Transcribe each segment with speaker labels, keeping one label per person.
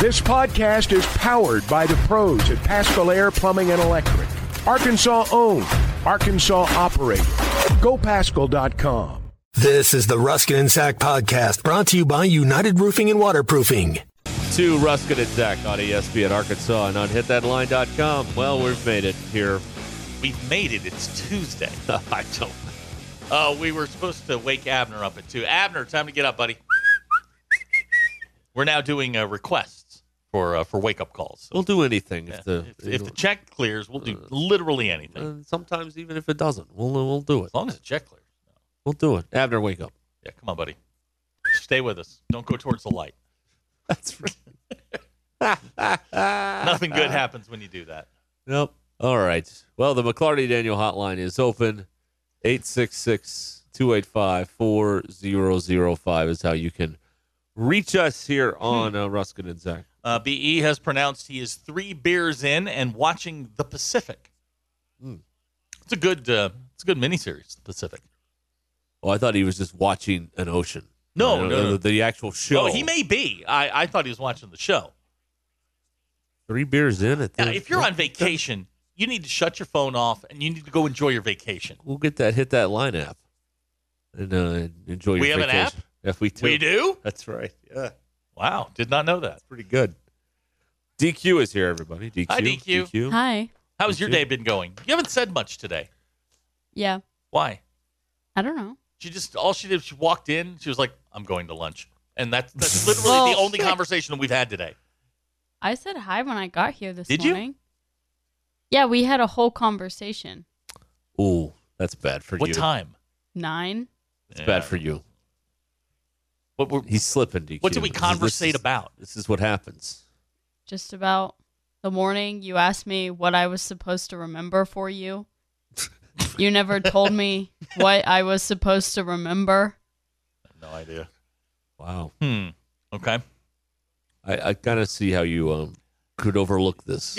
Speaker 1: This podcast is powered by the pros at Pascal Air Plumbing and Electric. Arkansas owned, Arkansas operated. GoPascal.com.
Speaker 2: This is the Ruskin and Sack podcast brought to you by United Roofing and Waterproofing.
Speaker 3: to Ruskin and Zach on E ESPN Arkansas and on hitthatline.com. Well, we've made it here.
Speaker 4: We've made it. It's Tuesday.
Speaker 3: I don't.
Speaker 4: Uh, we were supposed to wake Abner up at two. Abner, time to get up, buddy. We're now doing uh, requests for uh, for wake up calls.
Speaker 3: We'll do anything
Speaker 4: Yeah.
Speaker 3: if the
Speaker 4: if, if the check clears, we'll do literally anything
Speaker 3: and sometimes even if it doesn't, we'll uh, we'll do it.
Speaker 4: as long as the check clears.
Speaker 3: We'll do it. Abner, wake up.
Speaker 4: Yeah, come on, buddy. Stay with us. Don't go towards the light.
Speaker 3: That's right.
Speaker 4: Nothing good happens when you do that.
Speaker 3: Nope. All right. Well, the McClarty Daniel hotline is open. 866 285 4005 is how you can reach us here
Speaker 4: Hmm.
Speaker 3: on uh, Ruskin and Zach.
Speaker 4: Uh, BE has pronounced he is three beers in and watching the Pacific.
Speaker 3: Hmm.
Speaker 4: It's a good uh, it's a good miniseries, the Pacific.
Speaker 3: Oh, I thought he was just watching an ocean.
Speaker 4: No,
Speaker 3: You know,
Speaker 4: no, no.
Speaker 3: The, the actual show.
Speaker 4: Oh, he may be. I, I thought he was watching the show.
Speaker 3: three beers in at
Speaker 4: Now,
Speaker 3: the-
Speaker 4: if you're on vacation, you need to shut your phone off and you need to go enjoy your vacation.
Speaker 3: we'll get that hit that line app and uh, enjoy. Your
Speaker 4: We have an
Speaker 3: vacation.
Speaker 4: app?
Speaker 3: If we do,
Speaker 4: We do?
Speaker 3: That's right. Yeah,
Speaker 4: Wow, did not know that.
Speaker 3: pretty good. DQ is here, everybody. DQ.
Speaker 4: Hi, DQ.
Speaker 5: Hi.
Speaker 4: How's your
Speaker 3: Thank
Speaker 4: day been going? You haven't said much today.
Speaker 5: Yeah.
Speaker 4: Why?
Speaker 5: I don't know.
Speaker 4: She just all she did she walked in, she was like, "I'm going to lunch." And that's that's literally
Speaker 5: Well,
Speaker 4: the
Speaker 3: Oh,
Speaker 4: only conversation we've had today.
Speaker 5: I said hi when I got here this
Speaker 4: Did you?
Speaker 5: morning. Yeah, we had a whole conversation.
Speaker 3: Ooh, that's bad for
Speaker 4: What
Speaker 3: you.
Speaker 4: time?
Speaker 5: Nine.
Speaker 3: It's bad for you.
Speaker 4: What, were-
Speaker 3: He's slipping, DQ.
Speaker 4: what did we
Speaker 3: This is- this
Speaker 4: conversate
Speaker 3: is-
Speaker 4: about?
Speaker 3: This is what happens.
Speaker 5: Just about the morning you asked me what I was supposed to remember for you. you never told me what I was supposed to remember.
Speaker 4: No idea.
Speaker 3: Wow.
Speaker 4: Hmm. Okay.
Speaker 3: I, I kind of see how you um, could overlook this.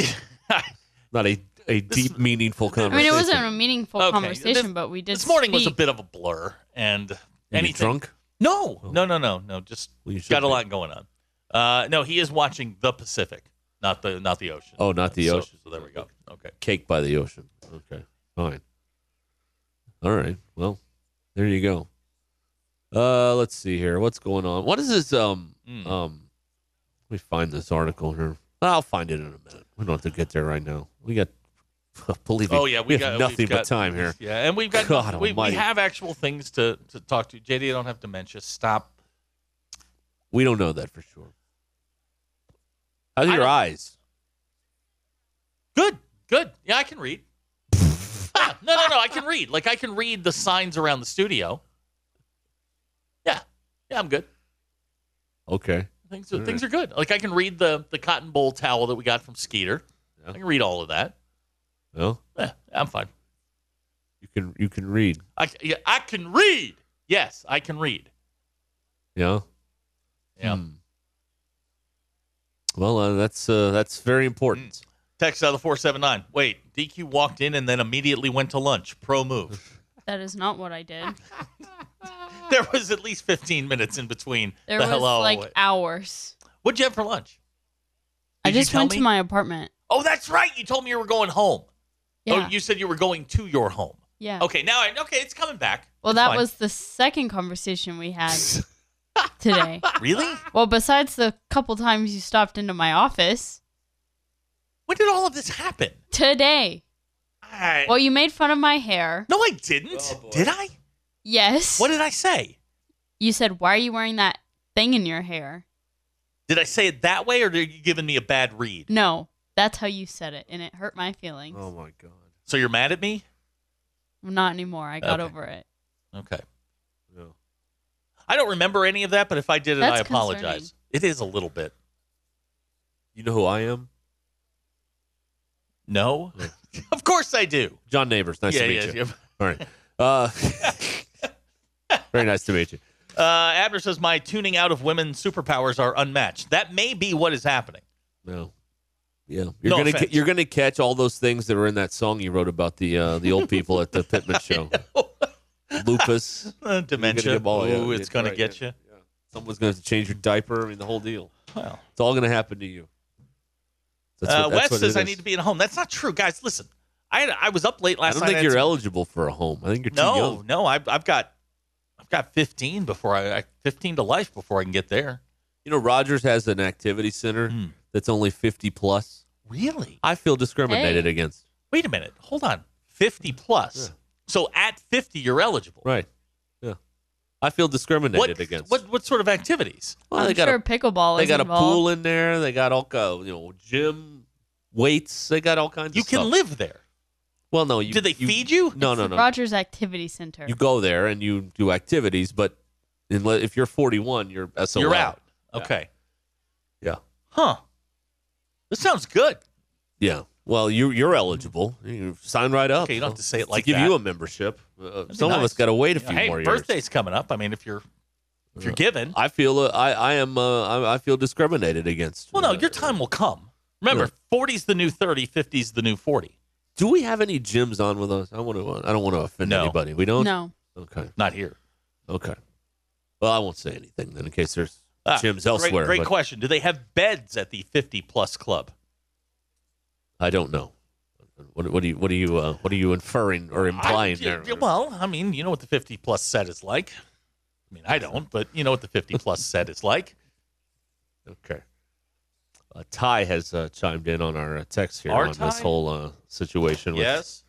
Speaker 3: Not a, a deep, meaningful
Speaker 5: I
Speaker 3: conversation.
Speaker 5: mean, it wasn't a meaningful
Speaker 4: Okay,
Speaker 5: conversation,
Speaker 4: this-
Speaker 5: but we did.
Speaker 4: this morning was a
Speaker 5: speak.
Speaker 4: bit of a blur, and
Speaker 3: Were you
Speaker 4: anything.
Speaker 3: drunk?
Speaker 4: No, no, no, no, no. Just
Speaker 3: Well, you should
Speaker 4: got a
Speaker 3: be.
Speaker 4: lot going on. Uh, no, he is watching the Pacific, not the not the ocean.
Speaker 3: Oh, not the
Speaker 4: So-
Speaker 3: ocean.
Speaker 4: So there we go. Okay.
Speaker 3: cake by the ocean. Okay, fine. All right. Well, there you go. Uh, let's see here. What's going on? What is this? Um,
Speaker 4: Mm.
Speaker 3: um, let me find this article here. I'll find it in a minute. We don't have to get there right now. We got, believe me,
Speaker 4: Oh yeah, we,
Speaker 3: we
Speaker 4: got
Speaker 3: have
Speaker 4: we've
Speaker 3: nothing
Speaker 4: got,
Speaker 3: but time here.
Speaker 4: Yeah, and we've got
Speaker 3: God
Speaker 4: nothing- we, we
Speaker 3: almighty.
Speaker 4: have actual things to to talk to. JD, I don't have dementia. Stop.
Speaker 3: We don't know that for sure. How's
Speaker 4: I
Speaker 3: your
Speaker 4: don't-
Speaker 3: eyes?
Speaker 4: Good, good. Yeah, I can read. Yeah, no, no, no. I can read. Like I can read the signs around the studio. Yeah, yeah, I'm good.
Speaker 3: Okay.
Speaker 4: Things
Speaker 3: All
Speaker 4: are,
Speaker 3: right.
Speaker 4: things are good. Like I can read the the cotton bowl towel that we got from Skeeter.
Speaker 3: Yeah.
Speaker 4: I can read all of that.
Speaker 3: Well,
Speaker 4: Yeah, I'm fine.
Speaker 3: you can you can read.
Speaker 4: I c- yeah, I can read. Yes, I can read.
Speaker 3: Yeah.
Speaker 4: Yeah.
Speaker 3: Hmm. Well, uh, that's uh, that's very
Speaker 4: Hmm.
Speaker 3: important.
Speaker 4: Text out of the 479. Wait, DQ walked in and then immediately went to lunch. Pro move.
Speaker 5: That is not what I did.
Speaker 4: there was at least 15 minutes in between
Speaker 5: There
Speaker 4: the
Speaker 5: was
Speaker 4: hello.
Speaker 5: like hours.
Speaker 4: What'd you have for lunch?
Speaker 5: I
Speaker 4: Did you
Speaker 5: just
Speaker 4: tell
Speaker 5: went to
Speaker 4: me?
Speaker 5: my apartment.
Speaker 4: Oh, that's right. You told me you were going home.
Speaker 5: Yeah.
Speaker 4: Oh, you said you were going to your home.
Speaker 5: yeah.
Speaker 4: Okay, now I, okay, it's coming back.
Speaker 5: Well,
Speaker 4: It's
Speaker 5: that
Speaker 4: fine.
Speaker 5: was the second conversation we had today.
Speaker 4: really.
Speaker 5: Well, besides the couple times you stopped into my office
Speaker 4: When did all of this happen?
Speaker 5: today.
Speaker 4: I,
Speaker 5: Well, you made fun of my hair.
Speaker 4: no, I
Speaker 5: Oh,
Speaker 4: didn't. did I?
Speaker 5: Yes.
Speaker 4: What did I say?
Speaker 5: you said? Why are you wearing that thing in your hair?
Speaker 4: Did I say it that way, or are you giving me a bad read?
Speaker 5: No, that's how you said it, and it hurt my feelings.
Speaker 3: Oh my god.
Speaker 4: So you're mad at me?
Speaker 5: Not anymore. I got
Speaker 4: Okay.
Speaker 5: over it.
Speaker 4: Okay.
Speaker 3: No.
Speaker 4: I don't remember any of that, but if I did it,
Speaker 5: That's
Speaker 4: I apologize. It is a little bit.
Speaker 3: You know who I am?
Speaker 4: No, of course I do.
Speaker 3: John Neighbors. Nice
Speaker 4: yeah,
Speaker 3: to meet
Speaker 4: yeah,
Speaker 3: you.
Speaker 4: yeah.
Speaker 3: All right. Uh, very nice to meet you.
Speaker 4: Uh, Abner says my tuning out of women's superpowers are unmatched. That may be what is happening.
Speaker 3: No. Yeah, you're
Speaker 4: No
Speaker 3: gonna
Speaker 4: offense.
Speaker 3: ca- you're gonna catch all those things that were in that song you wrote about the uh, the old people at the Pittman show. Lupus.
Speaker 4: Uh, dementia.
Speaker 3: get all- yeah,
Speaker 4: Ooh, it's
Speaker 3: it's
Speaker 4: gonna
Speaker 3: right,
Speaker 4: get
Speaker 3: yeah.
Speaker 4: you.
Speaker 3: Someone's gonna have to change your diaper. I mean, the whole deal.
Speaker 4: Well,
Speaker 3: It's all going to happen to you. That's
Speaker 4: uh,
Speaker 3: what- that's
Speaker 4: Wes
Speaker 3: what
Speaker 4: says
Speaker 3: it
Speaker 4: I
Speaker 3: is.
Speaker 4: need to be at home. That's not true, guys. Listen, I I was up late
Speaker 3: I
Speaker 4: last
Speaker 3: don't
Speaker 4: night.
Speaker 3: think
Speaker 4: had
Speaker 3: you're
Speaker 4: some-
Speaker 3: eligible for a home. I think you're too
Speaker 4: No,
Speaker 3: young.
Speaker 4: no, I've I've got I've got 15 before I I- 15 to life before I can get there.
Speaker 3: You know, Rogers has an activity center
Speaker 4: Hmm.
Speaker 3: that's only 50 plus.
Speaker 4: Really?
Speaker 3: I feel discriminated against.
Speaker 4: Wait a minute. Hold on. 50 plus. So at 50 you're eligible.
Speaker 3: Right. Yeah. I feel discriminated
Speaker 4: What,
Speaker 3: against.
Speaker 4: what what sort of activities?
Speaker 3: Well, they
Speaker 5: I'm
Speaker 3: got
Speaker 5: sure
Speaker 3: a,
Speaker 5: pickleball
Speaker 3: they
Speaker 5: is
Speaker 3: got a
Speaker 5: involved.
Speaker 3: pool in there. They got all co- you know gym weights. They got all kinds.
Speaker 4: You
Speaker 3: of
Speaker 4: can
Speaker 3: stuff.
Speaker 4: live there.
Speaker 3: Well, no. You,
Speaker 4: Do they feed you?
Speaker 3: No, no, no.
Speaker 5: Rogers Activity Center.
Speaker 3: You go there and you do activities, but unless, if you're 41, you're SOL.
Speaker 4: you're out.
Speaker 3: Yeah.
Speaker 4: Okay.
Speaker 3: Yeah.
Speaker 4: Huh. This sounds good.
Speaker 3: Yeah. Well, you you're eligible. You sign right up.
Speaker 4: Okay, you don't have to say it
Speaker 3: To
Speaker 4: like
Speaker 3: give
Speaker 4: that.
Speaker 3: you a membership. Uh,
Speaker 4: be
Speaker 3: some of
Speaker 4: nice.
Speaker 3: us got to wait a
Speaker 4: You
Speaker 3: few
Speaker 4: know, hey,
Speaker 3: more years.
Speaker 4: birthday's coming up. I mean, if you're if you're given,
Speaker 3: I feel uh, I I am uh, I, I feel discriminated against.
Speaker 4: well, no,
Speaker 3: Uh,
Speaker 4: your time will come. Remember,
Speaker 3: Yeah.
Speaker 4: 40's the new 30, 50's the new 40.
Speaker 3: Do we have any gyms on with us? I want to. I don't want to offend
Speaker 4: No.
Speaker 3: anybody. We don't.
Speaker 5: no.
Speaker 3: Okay.
Speaker 4: Not here.
Speaker 3: Okay. Well, I won't say anything then, in case there's
Speaker 4: Ah,
Speaker 3: gyms
Speaker 4: great-
Speaker 3: elsewhere.
Speaker 4: Great
Speaker 3: but
Speaker 4: question. Do they have beds at the 50 plus club?
Speaker 3: I don't know. What, what do you What do you uh, What are you inferring or implying
Speaker 4: I-
Speaker 3: there?
Speaker 4: Well, I mean, you know what the 50 plus set is like. I mean, I don't, but you know what the 50 plus set is like.
Speaker 3: Okay. Uh, Ty has uh, chimed in on our uh, text here
Speaker 4: Our
Speaker 3: on this
Speaker 4: Ty?
Speaker 3: whole uh, situation with
Speaker 4: Yes.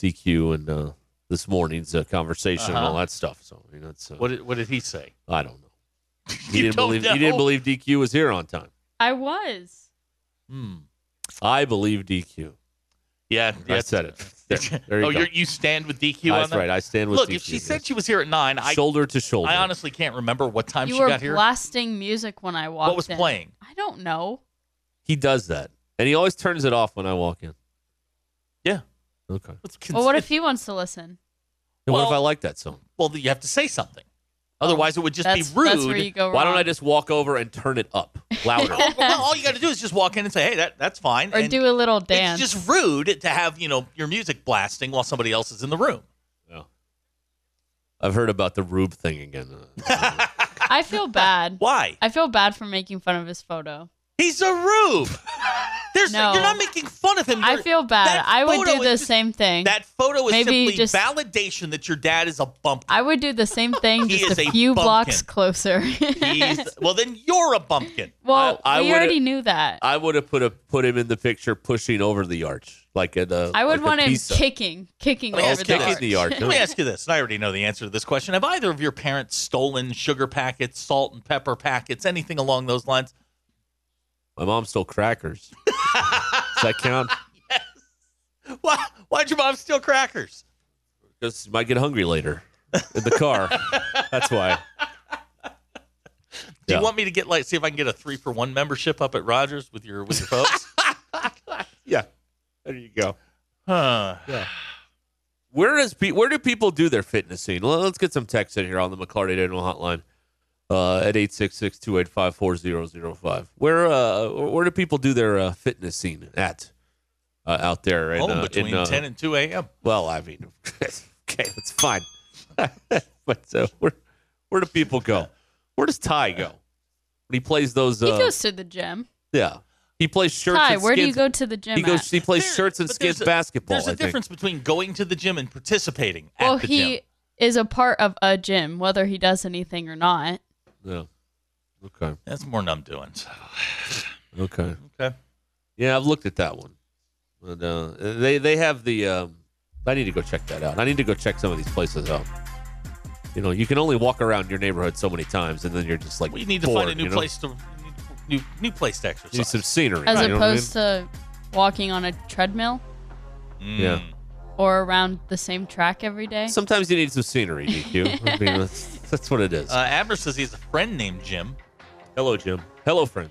Speaker 3: DQ and uh, this morning's uh, conversation and
Speaker 4: Uh-huh.
Speaker 3: all that stuff. So you know, it's, uh,
Speaker 4: What did, what did he say?
Speaker 3: I don't know. He
Speaker 4: You
Speaker 3: didn't
Speaker 4: don't
Speaker 3: believe
Speaker 4: know?
Speaker 3: he didn't believe DQ was here on time.
Speaker 5: I was.
Speaker 4: Hmm.
Speaker 3: I believe DQ.
Speaker 4: Yeah,
Speaker 3: I
Speaker 4: yes.
Speaker 3: said it. There, there you
Speaker 4: oh,
Speaker 3: go.
Speaker 4: You're, you stand with DQ on
Speaker 3: That's
Speaker 4: that?
Speaker 3: right. I stand with
Speaker 4: Look,
Speaker 3: DQ.
Speaker 4: if she
Speaker 3: yes.
Speaker 4: said she was here at nine, I,
Speaker 3: shoulder to shoulder.
Speaker 4: I honestly can't remember what time
Speaker 5: You
Speaker 4: she
Speaker 5: were
Speaker 4: got here.
Speaker 5: blasting music when I walked
Speaker 4: What was
Speaker 5: in.
Speaker 4: playing?
Speaker 5: I don't know.
Speaker 3: he does that, and he always turns it off when I walk in.
Speaker 4: Yeah.
Speaker 3: Okay.
Speaker 5: Well, what if he wants to listen?
Speaker 3: And what if I
Speaker 4: Well-
Speaker 3: like that song?
Speaker 4: Well, you have to say something. Otherwise, it would just
Speaker 5: Oh, that's,
Speaker 4: be rude.
Speaker 5: That's where you go wrong.
Speaker 3: Why don't I just walk over and turn it up louder?
Speaker 4: Oh, well, all you got to do is just walk in and say, "Hey, that, that's fine."
Speaker 5: Or
Speaker 4: and
Speaker 5: do a little
Speaker 4: it's
Speaker 5: dance.
Speaker 4: just rude to have you know your music blasting while somebody else is in the room.
Speaker 3: I've heard about the Rube thing again. Uh,
Speaker 5: I feel bad.
Speaker 4: Why?
Speaker 5: I feel bad for making fun of his photo.
Speaker 4: He's a rube. There's
Speaker 5: No.
Speaker 4: you're not making fun of him.
Speaker 5: I
Speaker 4: You're-
Speaker 5: feel bad.
Speaker 4: that
Speaker 5: I would
Speaker 4: photo
Speaker 5: do
Speaker 4: is
Speaker 5: the
Speaker 4: just-
Speaker 5: same thing.
Speaker 4: that photo is
Speaker 5: Maybe
Speaker 4: simply
Speaker 5: just-
Speaker 4: validation that your dad is a bump.
Speaker 5: I would do the same thing
Speaker 4: He
Speaker 5: just
Speaker 4: is
Speaker 5: a
Speaker 4: a
Speaker 5: few
Speaker 4: bumpkin.
Speaker 5: blocks closer.
Speaker 4: He's, well, then you're a bumpkin.
Speaker 5: well,
Speaker 3: I- I
Speaker 5: we
Speaker 3: would've-
Speaker 5: already knew that. I,
Speaker 3: I would have put a put him in the picture pushing over the arch, like at a.
Speaker 5: would
Speaker 3: like a
Speaker 5: want him
Speaker 3: pizza.
Speaker 5: kicking, kicking
Speaker 3: Oh,
Speaker 5: over the
Speaker 3: kicking
Speaker 5: arch.
Speaker 3: the arch.
Speaker 4: Let me ask you this, and I already know the answer to this question. Have either of your parents stolen sugar packets, salt and pepper packets, anything along those lines?
Speaker 3: My mom stole crackers. Does that count?
Speaker 4: Why, why'd your mom steal crackers?
Speaker 3: Because might get hungry later in the car. That's why.
Speaker 4: Do
Speaker 3: Yeah.
Speaker 4: you want me to get like see if I can get a three for one membership up at Rogers with your with your folks?
Speaker 3: Yeah. There you go.
Speaker 4: huh.
Speaker 3: Where is pe- where do people do their fitness scene? Well, let's get some texts in here on the McCarty Dental Hotline uh, at 866-285-4005. Where uh, where do people do their uh, fitness scene at uh, out there? in,
Speaker 4: Home
Speaker 3: uh,
Speaker 4: between
Speaker 3: in, uh,
Speaker 4: ten and two a.m.
Speaker 3: Well, I mean, okay, that's fine. but uh, where where do people go? Where does Ty go when he plays those?
Speaker 5: He
Speaker 3: Uh,
Speaker 5: goes to the gym.
Speaker 3: yeah, he plays shirts.
Speaker 5: Ty,
Speaker 3: and
Speaker 5: where do you
Speaker 3: skins.
Speaker 5: go to the gym?
Speaker 3: He goes.
Speaker 5: at?
Speaker 3: He plays
Speaker 4: There-
Speaker 3: shirts and
Speaker 4: but there's
Speaker 3: skins
Speaker 4: a-
Speaker 3: basketball.
Speaker 4: There's
Speaker 3: I
Speaker 4: a
Speaker 3: think.
Speaker 4: difference between going to the gym and participating
Speaker 5: well,
Speaker 4: at the
Speaker 5: he
Speaker 4: gym.
Speaker 5: is a part of a gym, whether he does anything or not.
Speaker 3: Yeah. Okay.
Speaker 4: That's more than I'm doing. so,
Speaker 3: Okay.
Speaker 4: Okay.
Speaker 3: Yeah, I've looked at that one. But, uh, they they have the. Um, I need to go check that out. I need to go check some of these places out. You know, you can only walk around your neighborhood so many times, and then you're just like,
Speaker 4: Well, you need to
Speaker 3: bored,
Speaker 4: find a new
Speaker 3: you know?
Speaker 4: place to new new place to exercise.
Speaker 3: You need some scenery,
Speaker 5: As
Speaker 3: you know what I mean?
Speaker 5: opposed to walking on a treadmill
Speaker 4: Mm.
Speaker 3: Yeah.
Speaker 5: or around the same track every day.
Speaker 3: Sometimes you need some scenery, DQ. I mean, that's, that's what it is.
Speaker 4: Uh, Abner says he has a friend named Uh, Jim.
Speaker 3: Hello, Jim. Hello, friends.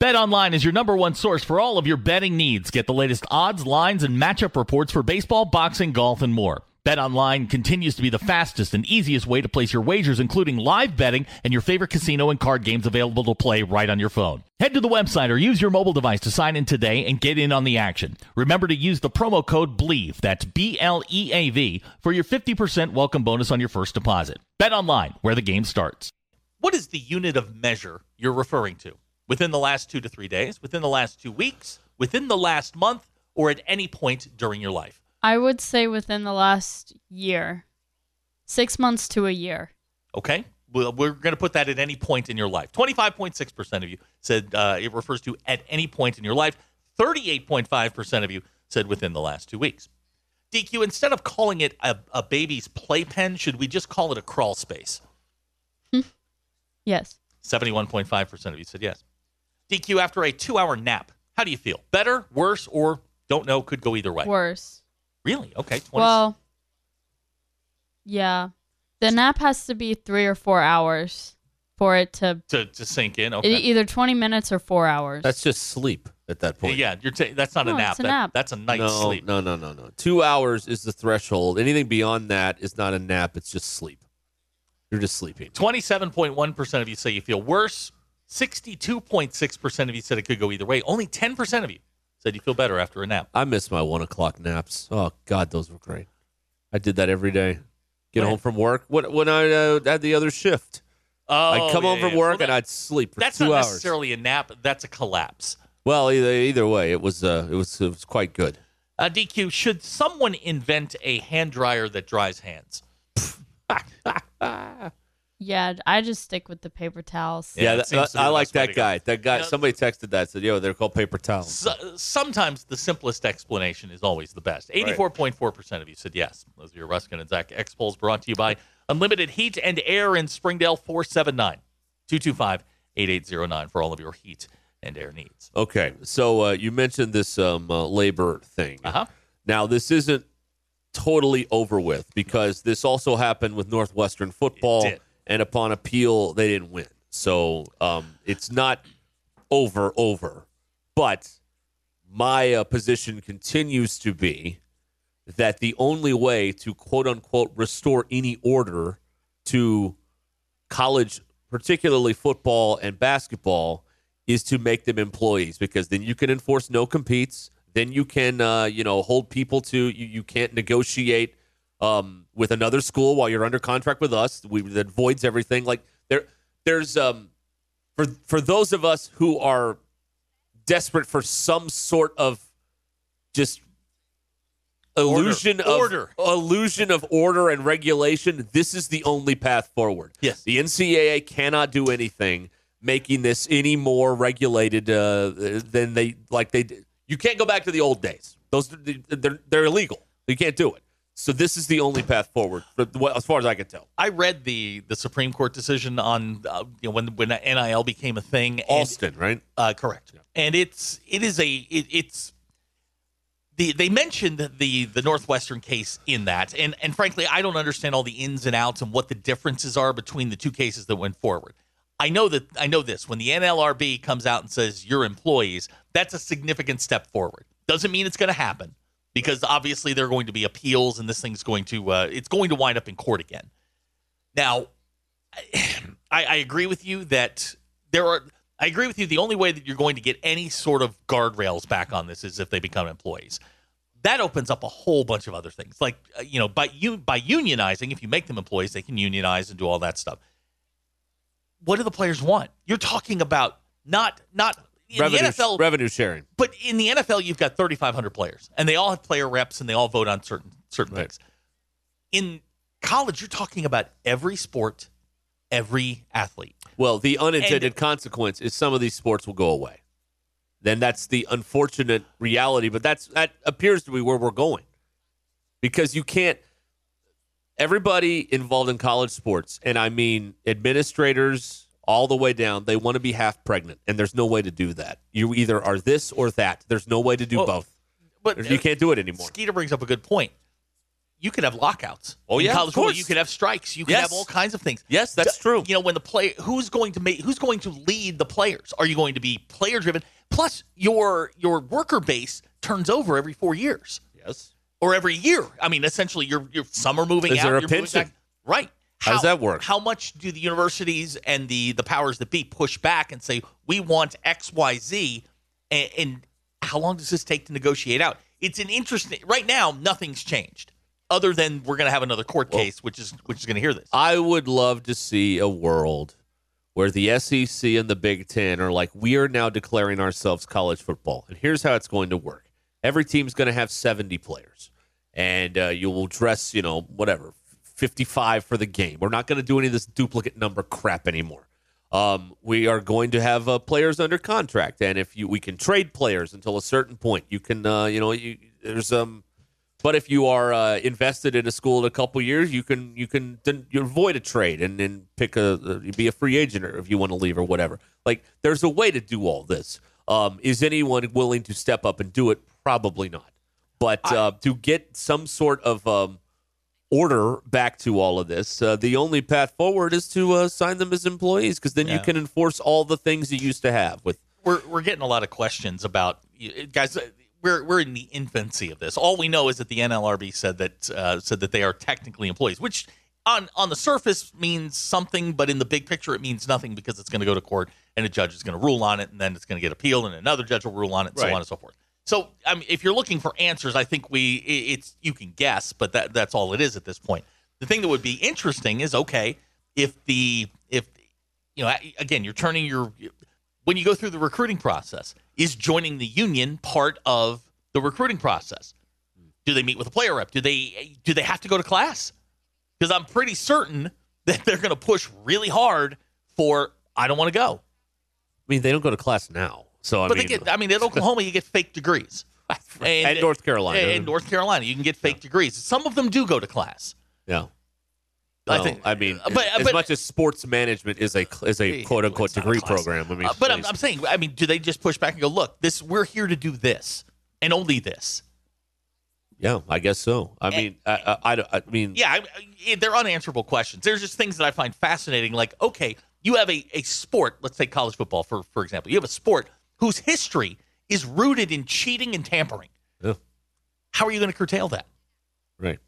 Speaker 4: BetOnline is your number one source for all of your betting needs. Get the latest odds, lines, and matchup reports for baseball, boxing, golf, and more. BetOnline continues to be the fastest and easiest way to place your wagers, including live betting and your favorite casino and card games available to play right on your phone. Head to the website or use your mobile device to sign in today and get in on the action. Remember to use the promo code BLEAV, that's B L E A V, for your 50% welcome bonus on your first deposit. BetOnline, where the game starts. What is the unit of measure you're referring to? within the last two to three days, within the last two weeks, within the last month, or at any point during your life.
Speaker 5: I would say within the last year, six months to a year.
Speaker 4: Okay? Well, we're going to put that at any point in your life. 25.6% of you said uh, it refers to at any point in your life. 38.5% of you said within the last two weeks. DQ, instead of calling it a, a baby's playpen, should we just call it a crawl space?
Speaker 5: Yes.
Speaker 4: 71.5% of you said yes. DQ, after a two hour nap, how do you feel? Better, worse, or don't know? Could go either way.
Speaker 5: Worse.
Speaker 4: Really? Okay. 20,
Speaker 5: Well, yeah. The nap has to be three or four hours for it to
Speaker 4: to, to sink in.
Speaker 5: e-
Speaker 4: Okay.
Speaker 5: either 20 minutes or four hours.
Speaker 3: That's just sleep at that point.
Speaker 4: Yeah, you're ta- that's not a
Speaker 5: No,
Speaker 4: nap.
Speaker 5: it's a
Speaker 4: That-
Speaker 5: nap.
Speaker 4: that's a night's
Speaker 3: no,
Speaker 4: sleep.
Speaker 3: no, no, no, no. Two hours is the threshold. Anything beyond that is not a nap. It's just sleep. You're just sleeping.
Speaker 4: 27.1% of you say you feel worse. 62.6% of you said it could go either way. Only 10% of you said you feel better after a nap.
Speaker 3: I miss my one o'clock naps. Oh God, those were great. I did that every day. Get
Speaker 4: When-
Speaker 3: home from work. What when I uh, had the other shift,
Speaker 4: Oh,
Speaker 3: I'd come home from work and I'd sleep for
Speaker 4: That's
Speaker 3: two
Speaker 4: not
Speaker 3: hours.
Speaker 4: necessarily a nap. That's a collapse.
Speaker 3: well, either, either way, it was uh, it was it was quite good.
Speaker 4: Uh, DQ, should someone invent a hand dryer that dries hands?
Speaker 5: yeah, I just stick with the paper towels.
Speaker 4: Yeah,
Speaker 3: Yeah,
Speaker 4: that
Speaker 3: that,
Speaker 4: seems to be
Speaker 3: I
Speaker 4: the
Speaker 3: like
Speaker 4: best way to
Speaker 3: that
Speaker 4: go.
Speaker 3: guy. That guy.
Speaker 4: Yeah.
Speaker 3: Somebody texted that said, "Yo, they're called paper towels."
Speaker 4: So, sometimes the simplest explanation is always the best. 84.4% of you said yes. Those are your Ruskin and Zach X polls brought to you by Unlimited Heat and Air in Springdale 479 225 8809 for all of your heat and air needs.
Speaker 3: Okay, so uh, you mentioned this um, uh, labor thing.
Speaker 4: Uh huh.
Speaker 3: Now, this isn't totally over with because this also happened with Northwestern football,
Speaker 4: It did.
Speaker 3: and upon appeal, they didn't win. So um, it's not over, over. But my uh, position continues to be that the only way to quote unquote restore any order to college, particularly football and basketball, is to make them employees because then you can enforce no competes. Then you can, uh, you know, hold people to you. You can't negotiate um, with another school while you're under contract with us. We, that voids everything. Like there, there's um, for for those of us who are desperate for some sort of just illusion of
Speaker 4: Order.
Speaker 3: illusion of order and regulation. This is the only path forward.
Speaker 4: Yes.
Speaker 3: The NCAA cannot do anything making this any more regulated uh, than they like they did. You can't go back to the old days. Those they're they're illegal. You can't do it. So this is the only path forward, but- well, as far as I can tell.
Speaker 4: I read the, the Supreme Court decision on uh, you know, when when NIL became a thing. and-
Speaker 3: Alston, right?
Speaker 4: Uh, correct. And it's it is a it, it's the they mentioned the the Northwestern case in that, and and frankly, I don't understand all the ins and outs and what the differences are between the two cases that went forward. I know that I know this when the NLRB comes out and says you're employees, that's a significant step forward. Doesn't mean it's going to happen because obviously there are going to be appeals and this thing's going to uh, it's going to wind up in court again. Now, I, I agree with you that there are. I agree with you. The only way that you're going to get any sort of guardrails back on this is if they become employees. That opens up a whole bunch of other things, like uh, you know, by you by unionizing. If you make them employees, they can unionize and do all that stuff. What do the players want? You're talking about not not in
Speaker 3: Revenue,
Speaker 4: the NFL
Speaker 3: revenue sharing.
Speaker 4: but in the NFL, you've got 3,500 players, and they all have player reps, and they all vote on certain certain
Speaker 3: Right.
Speaker 4: things. In college, you're talking about every sport, every athlete.
Speaker 3: Well, the unintended
Speaker 4: And-
Speaker 3: consequence is some of these sports will go away. Then that's the unfortunate reality, but that's that appears to be where we're going. Because you can't everybody involved in college sports, and I mean administrators all the way down, they want to be half pregnant, and there's no way to do that. You either are this or that. There's no way to do
Speaker 4: Well, uh,
Speaker 3: both.
Speaker 4: But
Speaker 3: You can't do it anymore.
Speaker 4: Skeeter brings up a good point. You could have lockouts.
Speaker 3: Oh,
Speaker 4: In
Speaker 3: yeah,
Speaker 4: college
Speaker 3: of
Speaker 4: football,
Speaker 3: course.
Speaker 4: you could have strikes. You could
Speaker 3: Yes.
Speaker 4: have all kinds of things.
Speaker 3: Yes, that's
Speaker 4: D-
Speaker 3: true.
Speaker 4: You know, when the play, who's going to make, who's going to lead the players? Are you going to be player driven? Plus, your your worker base turns over every four years
Speaker 3: Yes.
Speaker 4: or every year. I mean, essentially, you're you're some are moving
Speaker 3: Is
Speaker 4: out.
Speaker 3: there a
Speaker 4: you're moving
Speaker 3: pension?
Speaker 4: back. Right.
Speaker 3: How does that work?
Speaker 4: How much do the universities and the the powers that be push back and say we want X, Y, Z, and, and how long does this take to negotiate out? It's an interesting. Right now, nothing's changed, other than we're going to have another court case, which is which is going to hear this.
Speaker 3: I would love to see a world where the SEC and the Big Ten are like, we are now declaring ourselves college football. And here's how it's going to work every team's going to have 70 players, and uh, you will dress, you know, whatever, 55 for the game. We're not going to do any of this duplicate number crap anymore. Um, we are going to have uh, players under contract, and if you we can trade players until a certain point, you can, uh, you know, you, there's um, but if you are uh, invested in a school in a couple years, you can you can then you avoid a trade and then pick a uh, be a free agent or if you want to leave or whatever. Like there's a way to do all this. Um, is anyone willing to step up and do it? Probably not. But uh, to get some sort of um, order back to all of this, uh, the only path forward is to uh, sign them as employees because then you
Speaker 4: Yeah.
Speaker 3: can enforce all the things you used to have with
Speaker 4: we're we're getting a lot of questions about you- guys. uh, We're we're in the infancy of this. All we know is that the NLRB said that uh, said that they are technically employees, which on on the surface means something, but in the big picture it means nothing because it's going to go to court and a judge is going to rule on it, and then it's going to get appealed, and another judge will rule on it, and
Speaker 3: Right.
Speaker 4: so on and so forth. So, I mean, if you're looking for answers, I think we i- it's you can guess, but that that's all it is at this point. The thing that would be interesting is okay if the if you know again you're turning your when you go through the recruiting process, is joining the union part of the recruiting process? Do they meet with a player rep? Do they do they have to go to class? Because I'm pretty certain that they're going to push really hard for I don't want to go.
Speaker 3: I mean they don't go to class now. So I
Speaker 4: but
Speaker 3: mean
Speaker 4: they get I mean at Oklahoma you get fake degrees. And,
Speaker 3: at North Carolina.
Speaker 4: In North Carolina you can get fake degrees. Some of them do go to class.
Speaker 3: Yeah.
Speaker 4: I
Speaker 3: I
Speaker 4: think-
Speaker 3: think. I mean,
Speaker 4: uh, but-
Speaker 3: but, as
Speaker 4: but-
Speaker 3: much as sports management is a cl- is a
Speaker 4: Yeah,
Speaker 3: quote unquote
Speaker 4: it's not a
Speaker 3: degree
Speaker 4: class.
Speaker 3: program. I mean,
Speaker 4: Uh, but I'm,
Speaker 3: please.
Speaker 4: I'm saying I mean do they just push back and go look this we're here to do this and only this.
Speaker 3: yeah, I guess so. I mean, I, I, I don't- I mean,
Speaker 4: Eh, yeah, I, I- they're unanswerable questions. There's just things that I find fascinating. Like, okay, you have a, a sport, let's say college football, for, for example, you have a sport whose history is rooted in cheating and tampering.
Speaker 3: Yeah.
Speaker 4: How are you going to curtail that?
Speaker 3: right.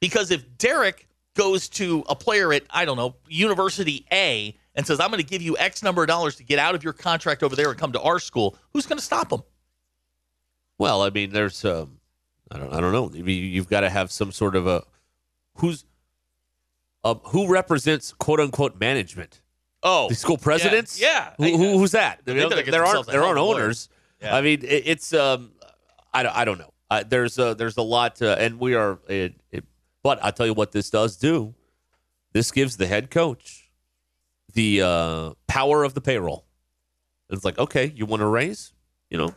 Speaker 4: Because if Derek goes to a player at, I don't know, University A and says, I'm going to give you X number of dollars to get out of your contract over there and come to our school, who's going to stop him?
Speaker 3: Well, I mean, there's um, I don't I don't know. I mean, You've got to have some sort of a who's um, who represents quote unquote management.
Speaker 4: Oh,
Speaker 3: the school presidents.
Speaker 4: yeah.
Speaker 3: Who, who, who's that?
Speaker 4: They
Speaker 3: You know,
Speaker 4: better get
Speaker 3: there aren't
Speaker 4: themselves a
Speaker 3: there
Speaker 4: hell
Speaker 3: aren't
Speaker 4: of a lawyer.
Speaker 3: owners.
Speaker 4: Yeah.
Speaker 3: I mean, it, it's um, I don't I don't know. Uh, there's a, there's a lot, uh, and we are. It, it, but I tell you what, this does do. This gives the head coach the uh, power of the payroll. It's like, okay, you want to raise, you know,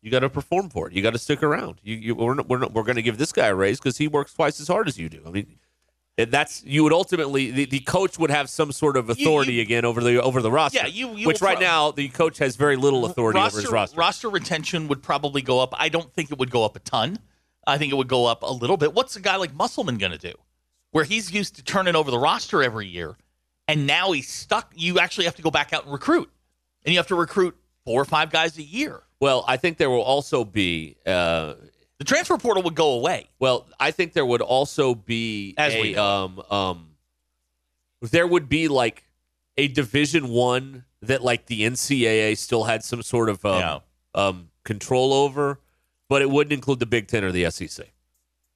Speaker 3: you got to perform for it. You got to stick around. You, you we're not, we're not, we're going to give this guy a raise because he works twice as hard as you do. I mean, and that's you would ultimately the, the coach would have some sort of authority
Speaker 4: you-
Speaker 3: again over the over the roster.
Speaker 4: Yeah, you- you
Speaker 3: which
Speaker 4: will
Speaker 3: right
Speaker 4: pro-
Speaker 3: now the coach has very little authority over his roster.
Speaker 4: retention would probably go up. I don't think it would go up a ton. I think it would go up a little bit. What's a guy like Musselman going to do? Where he's used to turning over the roster every year, and now he's stuck. You actually have to go back out and recruit, and you have to recruit four or five guys a year.
Speaker 3: Well, I think there will also be uh,
Speaker 4: The transfer portal would go away.
Speaker 3: well, I think there would also be
Speaker 4: As
Speaker 3: a
Speaker 4: we know.
Speaker 3: um um there would be like a division 1 that like the NCAA still had some sort of um,
Speaker 4: Yeah.
Speaker 3: um control over, but it wouldn't include the Big 10 or the SEC.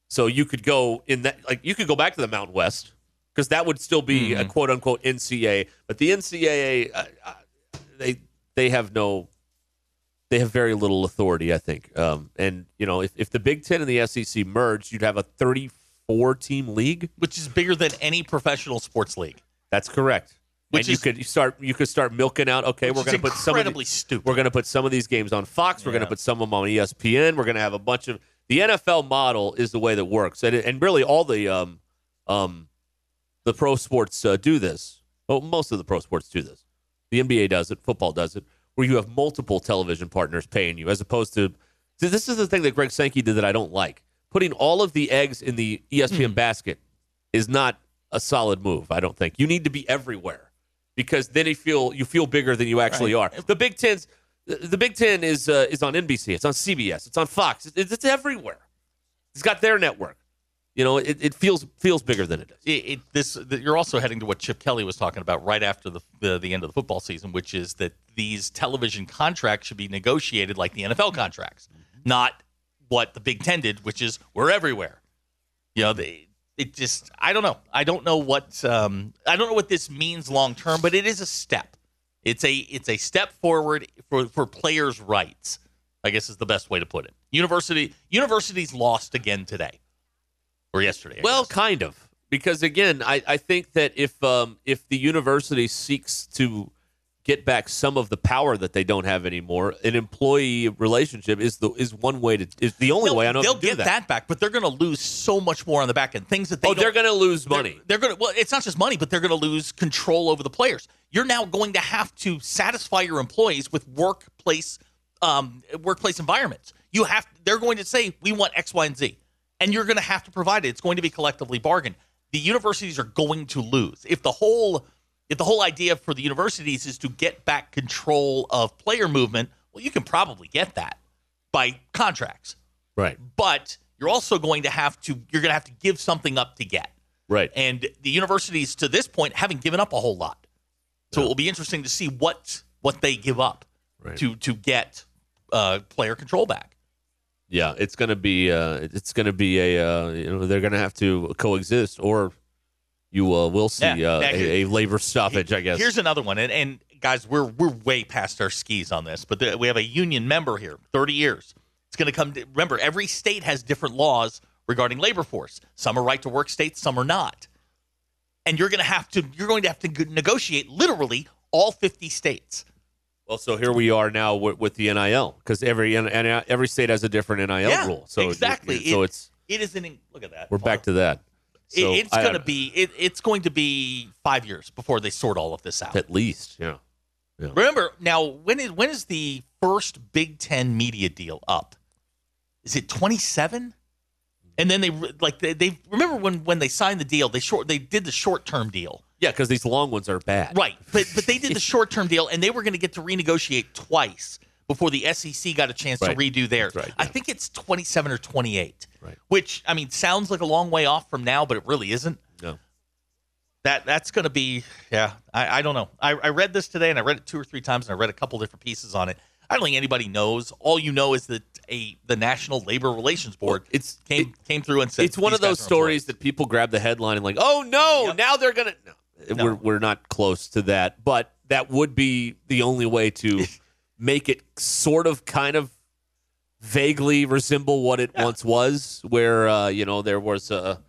Speaker 3: So you could go in that like you could go back to the Mountain West because that would still be
Speaker 4: Mm-hmm.
Speaker 3: a quote unquote NCAA, but the NCAA uh, uh, they they have no they have very little authority, I think. Um, and you know, if, if the Big Ten and the SEC merged, you'd have a 34 team league.
Speaker 4: Which is bigger than any professional sports league.
Speaker 3: That's correct.
Speaker 4: Which
Speaker 3: and
Speaker 4: is-
Speaker 3: you could start you could start milking out. Okay,
Speaker 4: Which
Speaker 3: we're
Speaker 4: is
Speaker 3: going to put some of
Speaker 4: incredibly
Speaker 3: the-
Speaker 4: stupid.
Speaker 3: We're going to put some of these games on Fox. We're going to put some of them on E ESPN. We're going to have a bunch of the NFL model is the way that works, and and really all the um um the pro sports uh, do this. Well, most of the pro sports do this. The NBA does it. Football does it. Where you have multiple television partners paying you, as opposed to so this is the thing that Greg Sankey did that I don't like. Putting all of the eggs in the E ESPN
Speaker 4: Hmm.
Speaker 3: basket is not a solid move. I don't think you need to be everywhere because then you feel you feel bigger than you actually are. The Big Ten's the- the Big Ten is uh, is on NBC, it's on CBS, it's on Fox, it's, it's everywhere. It's got their network. You know, it, it feels feels bigger than it is.
Speaker 4: it, it, this that you're also heading to what Chip Kelly was talking about right after the, the the end of the football season, which is that these television contracts should be negotiated like the NFL contracts, not what the Big Ten did, which is we're everywhere. You know, they it just I don't know. I don't know what um I don't know what this means long term, but it is a step. It's a it's a step forward for for players' rights. I guess is the best way to put it. University universities lost again today or yesterday. I
Speaker 3: Well,
Speaker 4: guess.
Speaker 3: kind of, because again, I, I think that if um, if the university seeks to get back some of the power that they don't have anymore, an employee relationship is the is one way to is the only
Speaker 4: No,
Speaker 3: way I know
Speaker 4: they'll
Speaker 3: to do
Speaker 4: get that. back, but they're going to lose so much more on the back end. Things that they
Speaker 3: oh, they're
Speaker 4: don't-
Speaker 3: going to lose
Speaker 4: they're-
Speaker 3: money.
Speaker 4: They're, going to well, it's not just money, but they're going to lose control over the players. You're now going to have to satisfy your employees with workplace um, workplace environments. You have they're going to say we want X, Y, and Z, and you're going to have to provide it. It's going to be collectively bargained. The universities are going to lose if the whole if the whole idea for the universities is to get back control of player movement. Well, you can probably get that by contracts
Speaker 3: Right,
Speaker 4: but you're also going to have to you're going to have to give something up to get.
Speaker 3: right.
Speaker 4: And the universities to this point haven't given up a whole lot. So it will be interesting to see what what they give up
Speaker 3: Right.
Speaker 4: to to get uh, player control back.
Speaker 3: yeah, it's going to be uh, it's going to be a uh, you know they're going to have to coexist, or you uh, will see
Speaker 4: Yeah,
Speaker 3: uh,
Speaker 4: that could-
Speaker 3: a, a labor stoppage, I guess.
Speaker 4: Here's another one, and, and guys, we're we're way past our skis on this, but the, we have a union member here, 30 years. It's going to come. To, remember, every state has different laws regarding labor force. Some are right to work states, some are not, and you're going to have to you're going to have to g- negotiate literally all 50 states.
Speaker 3: well, so here we are now with, with the NIL because every N- N- every state has a different NIL rule. So
Speaker 4: exactly.
Speaker 3: so
Speaker 4: It-
Speaker 3: it's
Speaker 4: it is an in- look at that.
Speaker 3: We're back to that.
Speaker 4: It-
Speaker 3: So,
Speaker 4: it's
Speaker 3: I-
Speaker 4: going to be it, it's going to be five years before they sort all of this out.
Speaker 3: at least, yeah.
Speaker 4: Remember now, when is when is the first Big Ten media deal up? Is it twenty seven? And then they re- like they, they remember when when they signed the deal, they short they did the short term deal,
Speaker 3: Yeah, because these long ones are bad.
Speaker 4: right? But but they did the short term deal, and they were going to get to renegotiate twice before the SEC got a chance
Speaker 3: Right.
Speaker 4: to redo theirs.
Speaker 3: That's right,
Speaker 4: I
Speaker 3: yeah.
Speaker 4: think it's twenty seven or twenty eight,
Speaker 3: Right.
Speaker 4: which I mean sounds like a long way off from now, but it really isn't
Speaker 3: No.
Speaker 4: that that's going to be yeah I, I don't know I, I read this today and i read it two or three times and i read a couple different pieces on it i don't think anybody knows all you know is that a the national labor relations board
Speaker 3: It's
Speaker 4: came
Speaker 3: it-
Speaker 4: came through and said
Speaker 3: it's one
Speaker 4: "These
Speaker 3: of those
Speaker 4: guys are employees."
Speaker 3: stories that people grab the headline and like, oh no,
Speaker 4: Yep.
Speaker 3: now they're gonna. No,
Speaker 4: No.
Speaker 3: we're we're not close to that, but that would be the only way to make it sort of kind of vaguely resemble what it once was, where uh, you know there was a.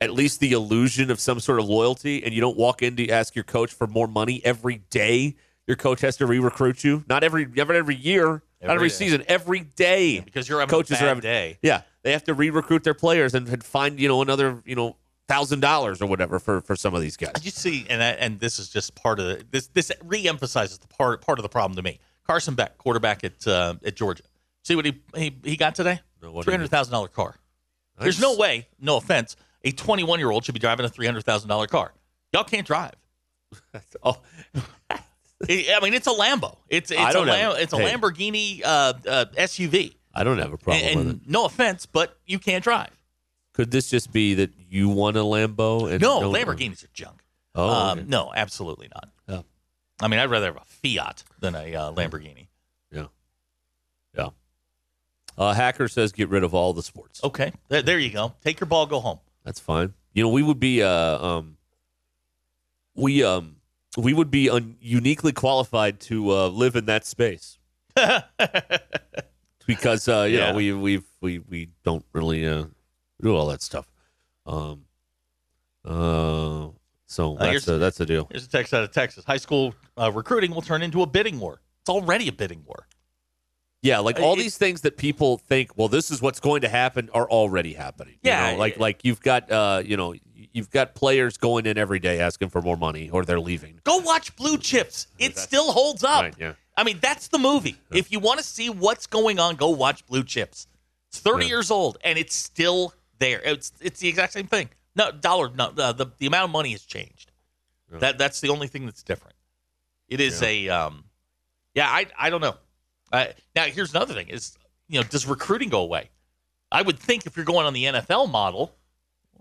Speaker 3: At least the illusion of some sort of loyalty, and you don't walk in to ask your coach for more money every day. Your coach has to re-recruit you, not every, every every year, not
Speaker 4: Every
Speaker 3: every
Speaker 4: day.
Speaker 3: season, every day.
Speaker 4: because you're having
Speaker 3: coaches
Speaker 4: a bad
Speaker 3: are having
Speaker 4: day
Speaker 3: Yeah, they have to re-recruit their players and and find you know another you know thousand dollars or whatever for for some of these guys.
Speaker 4: Did you see and I, and this is just part of the, this this reemphasizes the part part of the problem to me carson beck quarterback at uh, at georgia see what he he, he got today
Speaker 3: No, what did he-
Speaker 4: $300000 car There's no way, no offense, a 21 year old should be driving a $300,000 car. Y'all can't drive.
Speaker 3: Oh,
Speaker 4: I I mean, it's a Lambo. It's it's
Speaker 3: I
Speaker 4: a
Speaker 3: don't
Speaker 4: Lam-
Speaker 3: have-
Speaker 4: it's a
Speaker 3: hey.
Speaker 4: Lamborghini uh, uh, SUV.
Speaker 3: I don't have a problem
Speaker 4: And,
Speaker 3: with it.
Speaker 4: and no offense, but you can't drive.
Speaker 3: Could this just be that you want a Lambo? And
Speaker 4: No, Lamborghinis are junk.
Speaker 3: Oh,
Speaker 4: um,
Speaker 3: okay.
Speaker 4: no, absolutely not.
Speaker 3: Oh.
Speaker 4: I mean, I'd rather have a Fiat than a uh, Lamborghini.
Speaker 3: yeah. Uh, Hacker says get rid of all the sports.
Speaker 4: Okay, there, there you go. Take your ball, go home.
Speaker 3: That's fine. You know, we would be uh, um, we um, we would be un- uniquely qualified to uh, live in that space because uh, you
Speaker 4: Yeah.
Speaker 3: know we we we we don't really uh, do all that stuff. Um, uh, So
Speaker 4: Uh,
Speaker 3: that's
Speaker 4: here's-
Speaker 3: a, that's a deal.
Speaker 4: Here's a text out of Texas. High school uh, recruiting will turn into a bidding war. It's already a bidding war.
Speaker 3: Yeah, like all
Speaker 4: it-
Speaker 3: these things that people think, well, this is what's going to happen, are already happening. you
Speaker 4: Yeah,
Speaker 3: know? like
Speaker 4: it-
Speaker 3: like you've got uh, you know, you've got players going in every day asking for more money, or they're leaving.
Speaker 4: Go watch Blue Chips. It still holds up.
Speaker 3: Right, yeah.
Speaker 4: I mean, that's the movie. If you want to see what's going on, go watch Blue Chips. It's 30
Speaker 3: Yeah.
Speaker 4: years old and it's still there. It's it's the exact same thing. No dollar. No, uh, the the amount of money has changed. That that's the only thing that's different. It is a um, yeah. I I don't know. Uh, now here's another thing: is you know, does recruiting go away? I would think if you're going on the NFL model,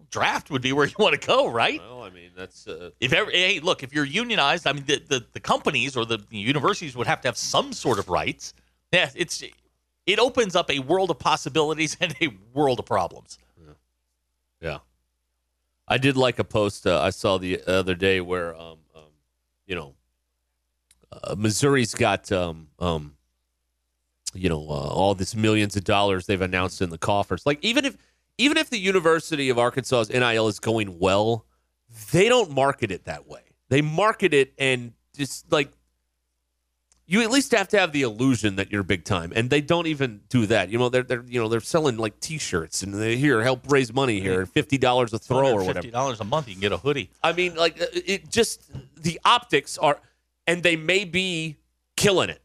Speaker 4: draft would be where you want to go, right?
Speaker 3: Well, I mean, that's uh,
Speaker 4: If every, hey, look, if you're unionized, I mean, the, the, the companies or the universities would have to have some sort of rights. Yeah, it's it opens up a world of possibilities and a world of problems.
Speaker 3: Yeah. I did like a post uh, I saw the other day where, um, um, you know, uh, Missouri's got, um, um, you know, uh, all this millions of dollars they've announced in the coffers. Like even if even if the University of Arkansas's NIL is going well, they don't market it that way. They market it and just like you at least have to have the illusion that you're big time, and they don't even do that. You know, they're they're you know they're selling like T-shirts and they here help raise money here, fifty dollars a throw or whatever.
Speaker 4: dollars a month, you can get a hoodie.
Speaker 3: I mean, like uh, it just the optics are, and they may be killing it,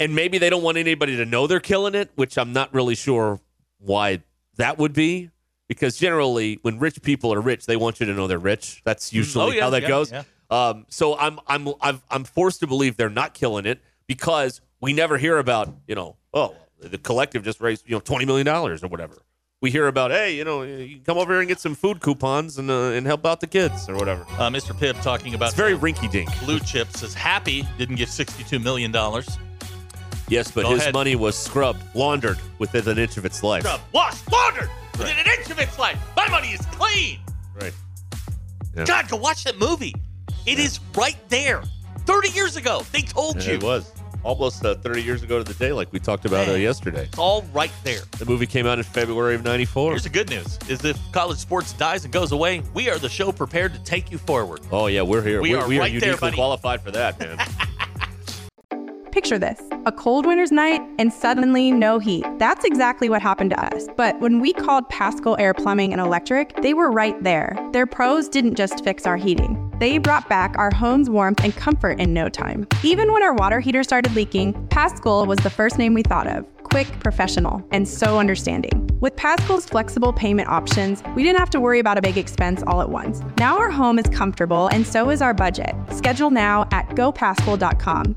Speaker 3: and maybe they don't want anybody to know they're killing it, which I'm not really sure why that would be, because generally when rich people are rich, they want you to know they're rich. That's usually
Speaker 4: Mm. Oh, yeah,
Speaker 3: how that
Speaker 4: yeah,
Speaker 3: goes.
Speaker 4: yeah.
Speaker 3: Um, so I'm I'm I've, I'm forced to believe they're not killing it because we never hear about you know oh the collective just raised you know twenty million dollars or whatever. We hear about hey you know you can come over here and get some food coupons and uh, and help out the kids or whatever.
Speaker 4: Uh, Mr. Pibb talking about
Speaker 3: It's very rinky dink.
Speaker 4: blue chips is happy didn't get sixty two million dollars.
Speaker 3: Yes, but
Speaker 4: Go
Speaker 3: his
Speaker 4: ahead.
Speaker 3: money was scrubbed, laundered within an inch of its life.
Speaker 4: Washed, laundered within an inch of its life. My money is clean.
Speaker 3: Right.
Speaker 4: God, go watch that movie. It is right there. Thirty years ago, they told you.
Speaker 3: It was almost uh, 30 years ago to the day, like we talked about uh,
Speaker 4: Man.
Speaker 3: yesterday.
Speaker 4: It's all right there.
Speaker 3: The movie came out in February of '94.
Speaker 4: Here's the good news: is if college sports dies and goes away, we are the show prepared to take you forward.
Speaker 3: Oh yeah, we're here.
Speaker 4: We
Speaker 3: We're-
Speaker 4: are
Speaker 3: we are
Speaker 4: right there,
Speaker 3: uniquely
Speaker 4: buddy.
Speaker 3: qualified for that, man.
Speaker 6: Picture this a cold winter's night and suddenly no heat. That's exactly what happened to us. But when we called Pascal Air Plumbing and Electric, they were right there. Their pros didn't just fix our heating, they brought back our home's warmth and comfort in no time. Even when our water heater started leaking, Pascal was the first name we thought of. Quick, professional, and so understanding. With Pascal's flexible payment options, we didn't have to worry about a big expense all at once. Now our home is comfortable and so is our budget. Schedule now at gopascal.com.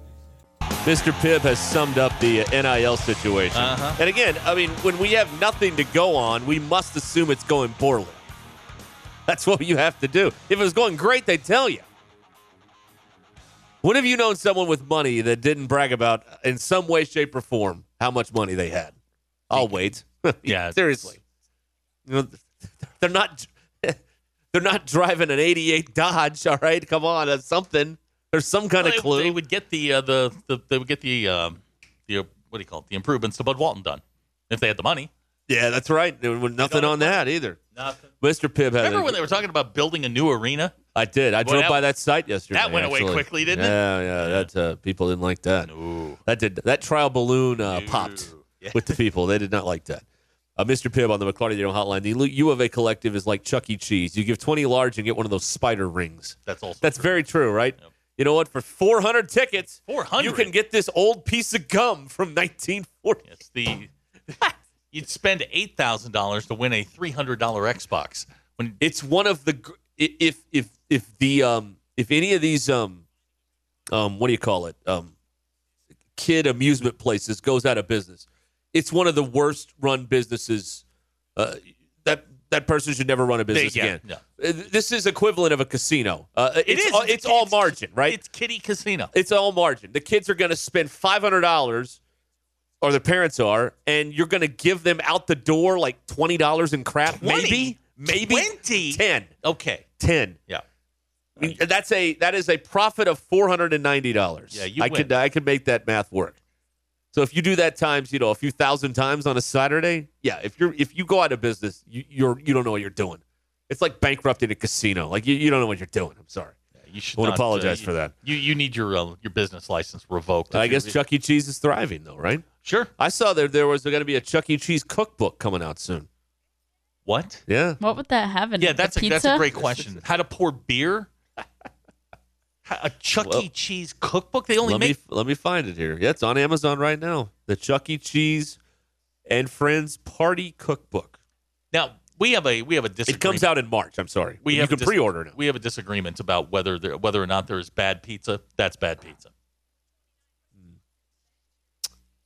Speaker 3: Mr. Pibb has summed up the uh, NIL situation.
Speaker 4: Uh-huh.
Speaker 3: And again, I mean, when we have nothing to go on, we must assume it's going poorly. That's what you have to do. If it was going great, they'd tell you. When have you known someone with money that didn't brag about, in some way, shape, or form, how much money they had? I'll wait.
Speaker 4: Yeah,
Speaker 3: seriously. You know, they're not they're not driving an '88 Dodge. All right, come on, that's something. There's some kind
Speaker 4: they,
Speaker 3: of clue.
Speaker 4: they would get the, uh, the the they would get the um, the uh, what do you call it? The improvements to Bud Walton done if they had the money.
Speaker 3: Yeah, that's right. There was nothing on that either.
Speaker 4: Nothing.
Speaker 3: Mr. Pibb had.
Speaker 4: Remember
Speaker 3: a-
Speaker 4: when they were talking about building a new arena?
Speaker 3: I did. I
Speaker 4: Well,
Speaker 3: drove
Speaker 4: that-
Speaker 3: by that site yesterday.
Speaker 4: that went away
Speaker 3: actually.
Speaker 4: quickly, didn't it?
Speaker 3: yeah, it? Yeah, yeah. That uh, people didn't like that.
Speaker 4: Ooh.
Speaker 3: That did that trial balloon uh, popped with the people. They did not like that. Uh, Mr. Pibb on the McClarty Daniel Hotline. The U of A collective is like Chuck E. Cheese. You give twenty large and get one of those spider rings.
Speaker 4: That's also
Speaker 3: That's
Speaker 4: true.
Speaker 3: very true, right? You know what? For four hundred tickets,
Speaker 4: 400?
Speaker 3: you can get this old piece of gum from nineteen forty.
Speaker 4: It's the you'd spend eight thousand dollars to win a three hundred dollar Xbox. When
Speaker 3: it's one of the gr- i- if if if the um if any of these um um what do you call it um kid amusement places goes out of business it's one of the worst run businesses uh, that that person should never run a business
Speaker 4: yeah,
Speaker 3: again. Uh, This is equivalent of a casino. Uh, it's,
Speaker 4: is.
Speaker 3: All, it's, all
Speaker 4: It's-
Speaker 3: margin, right?
Speaker 4: It's Kitty Casino.
Speaker 3: It's all margin. The kids are going to spend five hundred dollars, or their parents are, and you're going to give them out the door like twenty dollars in crap,
Speaker 4: 20?
Speaker 3: maybe, maybe
Speaker 4: 20?
Speaker 3: ten,
Speaker 4: Okay.
Speaker 3: 10.
Speaker 4: Yeah.
Speaker 3: I mean, That's a that is a profit of four hundred and ninety dollars.
Speaker 4: Yeah, you
Speaker 3: I
Speaker 4: win.
Speaker 3: could I could make that math work. So if you do that times you know a few thousand times on a Saturday, yeah. If you're if you go out of business, you, you're you don't know what you're doing. It's like bankrupting a casino. Like you, you don't know what you're doing. I'm sorry.
Speaker 4: You
Speaker 3: I
Speaker 4: should
Speaker 3: wanna
Speaker 4: not, uh,
Speaker 3: apologize
Speaker 4: you-
Speaker 3: for that.
Speaker 4: You you need your uh, your business license revoked.
Speaker 3: I
Speaker 4: If you're-
Speaker 3: guess Chuck E. Cheese is thriving though, right?
Speaker 4: sure.
Speaker 3: I saw there there was going to be a Chuck E. Cheese cookbook coming out soon.
Speaker 4: What?
Speaker 3: Yeah.
Speaker 5: What would that have in it?
Speaker 4: Yeah,
Speaker 5: A
Speaker 4: that's a,
Speaker 5: pizza?
Speaker 4: that's a great question. How to pour beer? How- A Chuck
Speaker 3: Well,
Speaker 4: E. Cheese cookbook? They only
Speaker 3: let
Speaker 4: make.
Speaker 3: me let me find it here. Yeah, it's on Amazon right now. The Chuck E. Cheese and Friends Party Cookbook.
Speaker 4: now we have a we have a
Speaker 3: It
Speaker 4: disagreement.
Speaker 3: comes out in March. I'm sorry.
Speaker 4: We
Speaker 3: you
Speaker 4: have a
Speaker 3: can
Speaker 4: dis-
Speaker 3: pre-order it.
Speaker 4: We have a disagreement about whether there, whether or not there is bad pizza. That's bad pizza.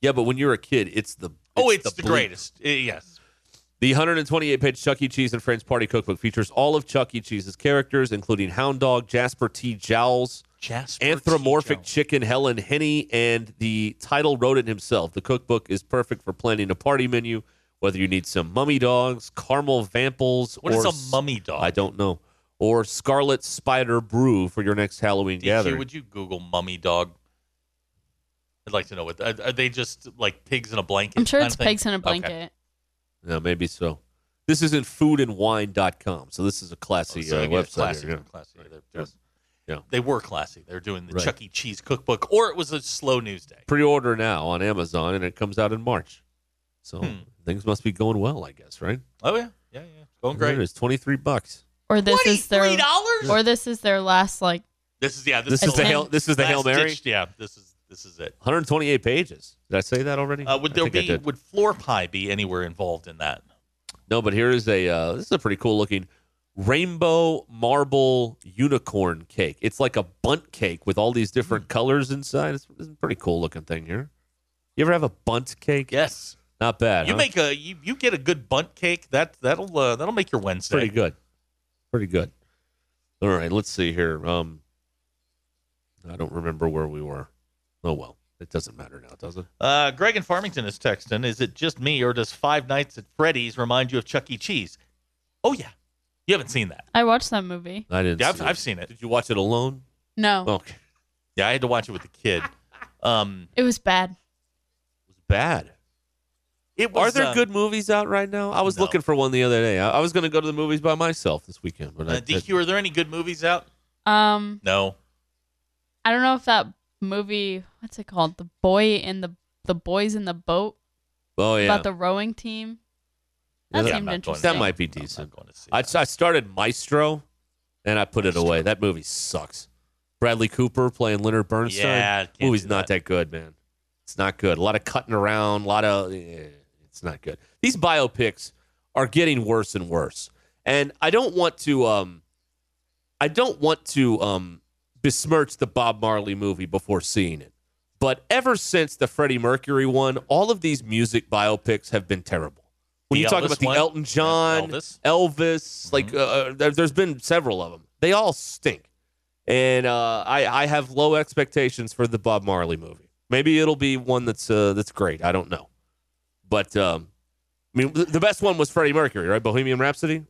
Speaker 3: Yeah, but when you're a kid, it's the
Speaker 4: oh, it's the,
Speaker 3: bleep.
Speaker 4: greatest. Uh, yes.
Speaker 3: The 128-page Chuck E. Cheese and Friends Party Cookbook features all of Chuck E. Cheese's characters, including Hound Dog, Jasper T. Jowls,
Speaker 4: Jasper T.
Speaker 3: anthropomorphic
Speaker 4: Jones.
Speaker 3: chicken Helen Henny, and the title rodent himself. The cookbook is perfect for planning a party menu, whether you need some mummy dogs, caramel vamples,
Speaker 4: What
Speaker 3: or
Speaker 4: is a
Speaker 3: s-
Speaker 4: mummy dog?
Speaker 3: I don't know. Or Scarlet Spider Brew for your next Halloween
Speaker 4: DQ,
Speaker 3: gathering.
Speaker 4: would you Google mummy dog? I'd like to know what are, are they just like pigs in a blanket?
Speaker 5: I'm sure
Speaker 4: kind
Speaker 5: it's
Speaker 4: of thing?
Speaker 5: pigs in a
Speaker 4: Okay.
Speaker 5: blanket.
Speaker 3: yeah, maybe so. This isn't foodandwine.com, so this is a classy
Speaker 4: Oh, So
Speaker 3: uh,
Speaker 4: again,
Speaker 3: website.
Speaker 4: classy,
Speaker 3: here, yeah.
Speaker 4: classy. They're
Speaker 3: Yeah.
Speaker 4: just-
Speaker 3: Yeah.
Speaker 4: They were classy. They were doing the
Speaker 3: Right.
Speaker 4: Chuck E. Cheese cookbook, or it was a slow news day.
Speaker 3: Pre-order now on Amazon, and it comes out in March. So
Speaker 4: Hmm.
Speaker 3: things must be going well, I guess, right?
Speaker 4: Oh yeah, yeah, yeah. Going
Speaker 3: There it
Speaker 4: great.
Speaker 3: is, 23 bucks.
Speaker 5: Or this is their
Speaker 4: dollars.
Speaker 5: or this is their last like
Speaker 4: This is yeah. This,
Speaker 3: This is the
Speaker 5: Ten-
Speaker 3: hail, this is the Hail
Speaker 4: last
Speaker 3: Mary.
Speaker 4: ditch- yeah, this is this is it.
Speaker 3: 128 pages. Did I say that already?
Speaker 4: Uh, would
Speaker 3: I
Speaker 4: there
Speaker 3: think I
Speaker 4: be
Speaker 3: did.
Speaker 4: would floor pie be anywhere involved in that?
Speaker 3: No, but here is a uh, this is a pretty cool looking rainbow marble unicorn cake. It's like a bunt cake with all these
Speaker 4: Hmm.
Speaker 3: different colors inside. It's, it's a pretty cool looking thing here. You ever have a bunt cake?
Speaker 4: Yes.
Speaker 3: Not bad.
Speaker 4: You
Speaker 3: huh?
Speaker 4: make a you, you get a good bunt cake that that'll uh, that'll make your Wednesday.
Speaker 3: pretty good. Pretty good. All right, let's see here. Um I don't remember where we were. Oh well. It doesn't matter now, does it?
Speaker 4: Uh, Greg in Farmington is texting. Is it just me or does Five Nights at Freddy's remind you of Chuck E. Cheese? Oh yeah, you haven't seen that.
Speaker 5: I watched that movie.
Speaker 3: I didn't
Speaker 4: Yeah, I've,
Speaker 3: see it.
Speaker 4: I've seen it.
Speaker 3: Did you watch it alone?
Speaker 5: No.
Speaker 3: Okay.
Speaker 4: Yeah, I had to watch it with the kid. Um,
Speaker 5: It was bad.
Speaker 3: It was bad.
Speaker 4: it
Speaker 3: Are
Speaker 4: was,
Speaker 3: there
Speaker 4: uh,
Speaker 3: good movies out right now? I was
Speaker 4: No.
Speaker 3: looking for one the other day. I, I was going to go to the movies by myself this weekend, but I,
Speaker 4: Uh, DQ, are there any good movies out?
Speaker 5: Um
Speaker 4: No.
Speaker 5: I don't know if that movie what's it called? The boy in the the boys in the boat
Speaker 3: oh yeah,
Speaker 5: about the rowing team.
Speaker 3: Yeah,
Speaker 5: That
Speaker 3: that-
Speaker 4: I'm not
Speaker 5: seemed
Speaker 4: going to
Speaker 5: interesting.
Speaker 3: that might be
Speaker 4: I'm not
Speaker 3: decent.
Speaker 4: going to see
Speaker 3: I,
Speaker 4: that.
Speaker 3: I started Maestro, and I put it away. That movie sucks. Bradley Cooper playing Leonard Bernstein.
Speaker 4: Yeah, can't
Speaker 3: movie's
Speaker 4: do
Speaker 3: not
Speaker 4: that.
Speaker 3: that good, man. It's not good. A lot of cutting around. A lot of eh, it's not good. These biopics are getting worse and worse, and I don't want to. Um, I don't want to um, besmirch the Bob Marley movie before seeing it, but ever since the Freddie Mercury one, all of these music biopics have been terrible. When
Speaker 4: The
Speaker 3: you talk
Speaker 4: Elvis
Speaker 3: about the
Speaker 4: one?
Speaker 3: Elton John,
Speaker 4: Elvis. Mm-hmm.
Speaker 3: Elvis, like uh, uh, there, there's been several of them. They all stink, and uh, I I have low expectations for the Bob Marley movie. Maybe it'll be one that's uh, that's great. I don't know, but um, I mean th- the best one was Freddie Mercury, right? Bohemian Rhapsody,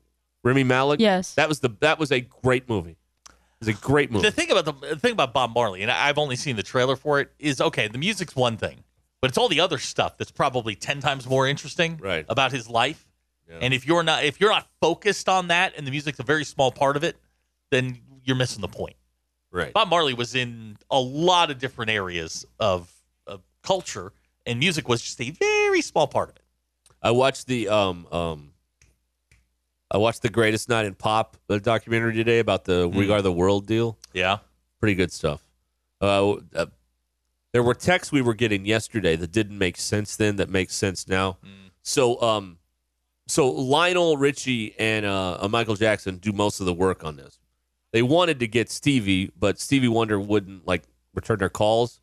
Speaker 3: Remy Malik.
Speaker 5: Yes.
Speaker 3: that was the that was a great movie. It was a great movie.
Speaker 4: the thing about the, the thing about Bob Marley, and I- I've only seen the trailer for it, is okay. The music's one thing, but it's all the other stuff that's probably ten times more interesting
Speaker 3: Right.
Speaker 4: about his life. And if you're not if you're not focused on that, and the music's a very small part of it, then you're missing the point.
Speaker 3: right.
Speaker 4: Bob Marley was in a lot of different areas of, of culture, and music was just a very small part of it.
Speaker 3: I watched the um um I watched the Greatest Night in Pop uh, documentary today about the We Are the World deal.
Speaker 4: Yeah,
Speaker 3: Pretty good stuff. Uh, uh, there were texts we were getting yesterday that didn't make sense then that makes sense now. So um so Lionel Richie and uh, uh, Michael Jackson do most of the work on this. They wanted to get Stevie, but Stevie Wonder wouldn't like return their calls.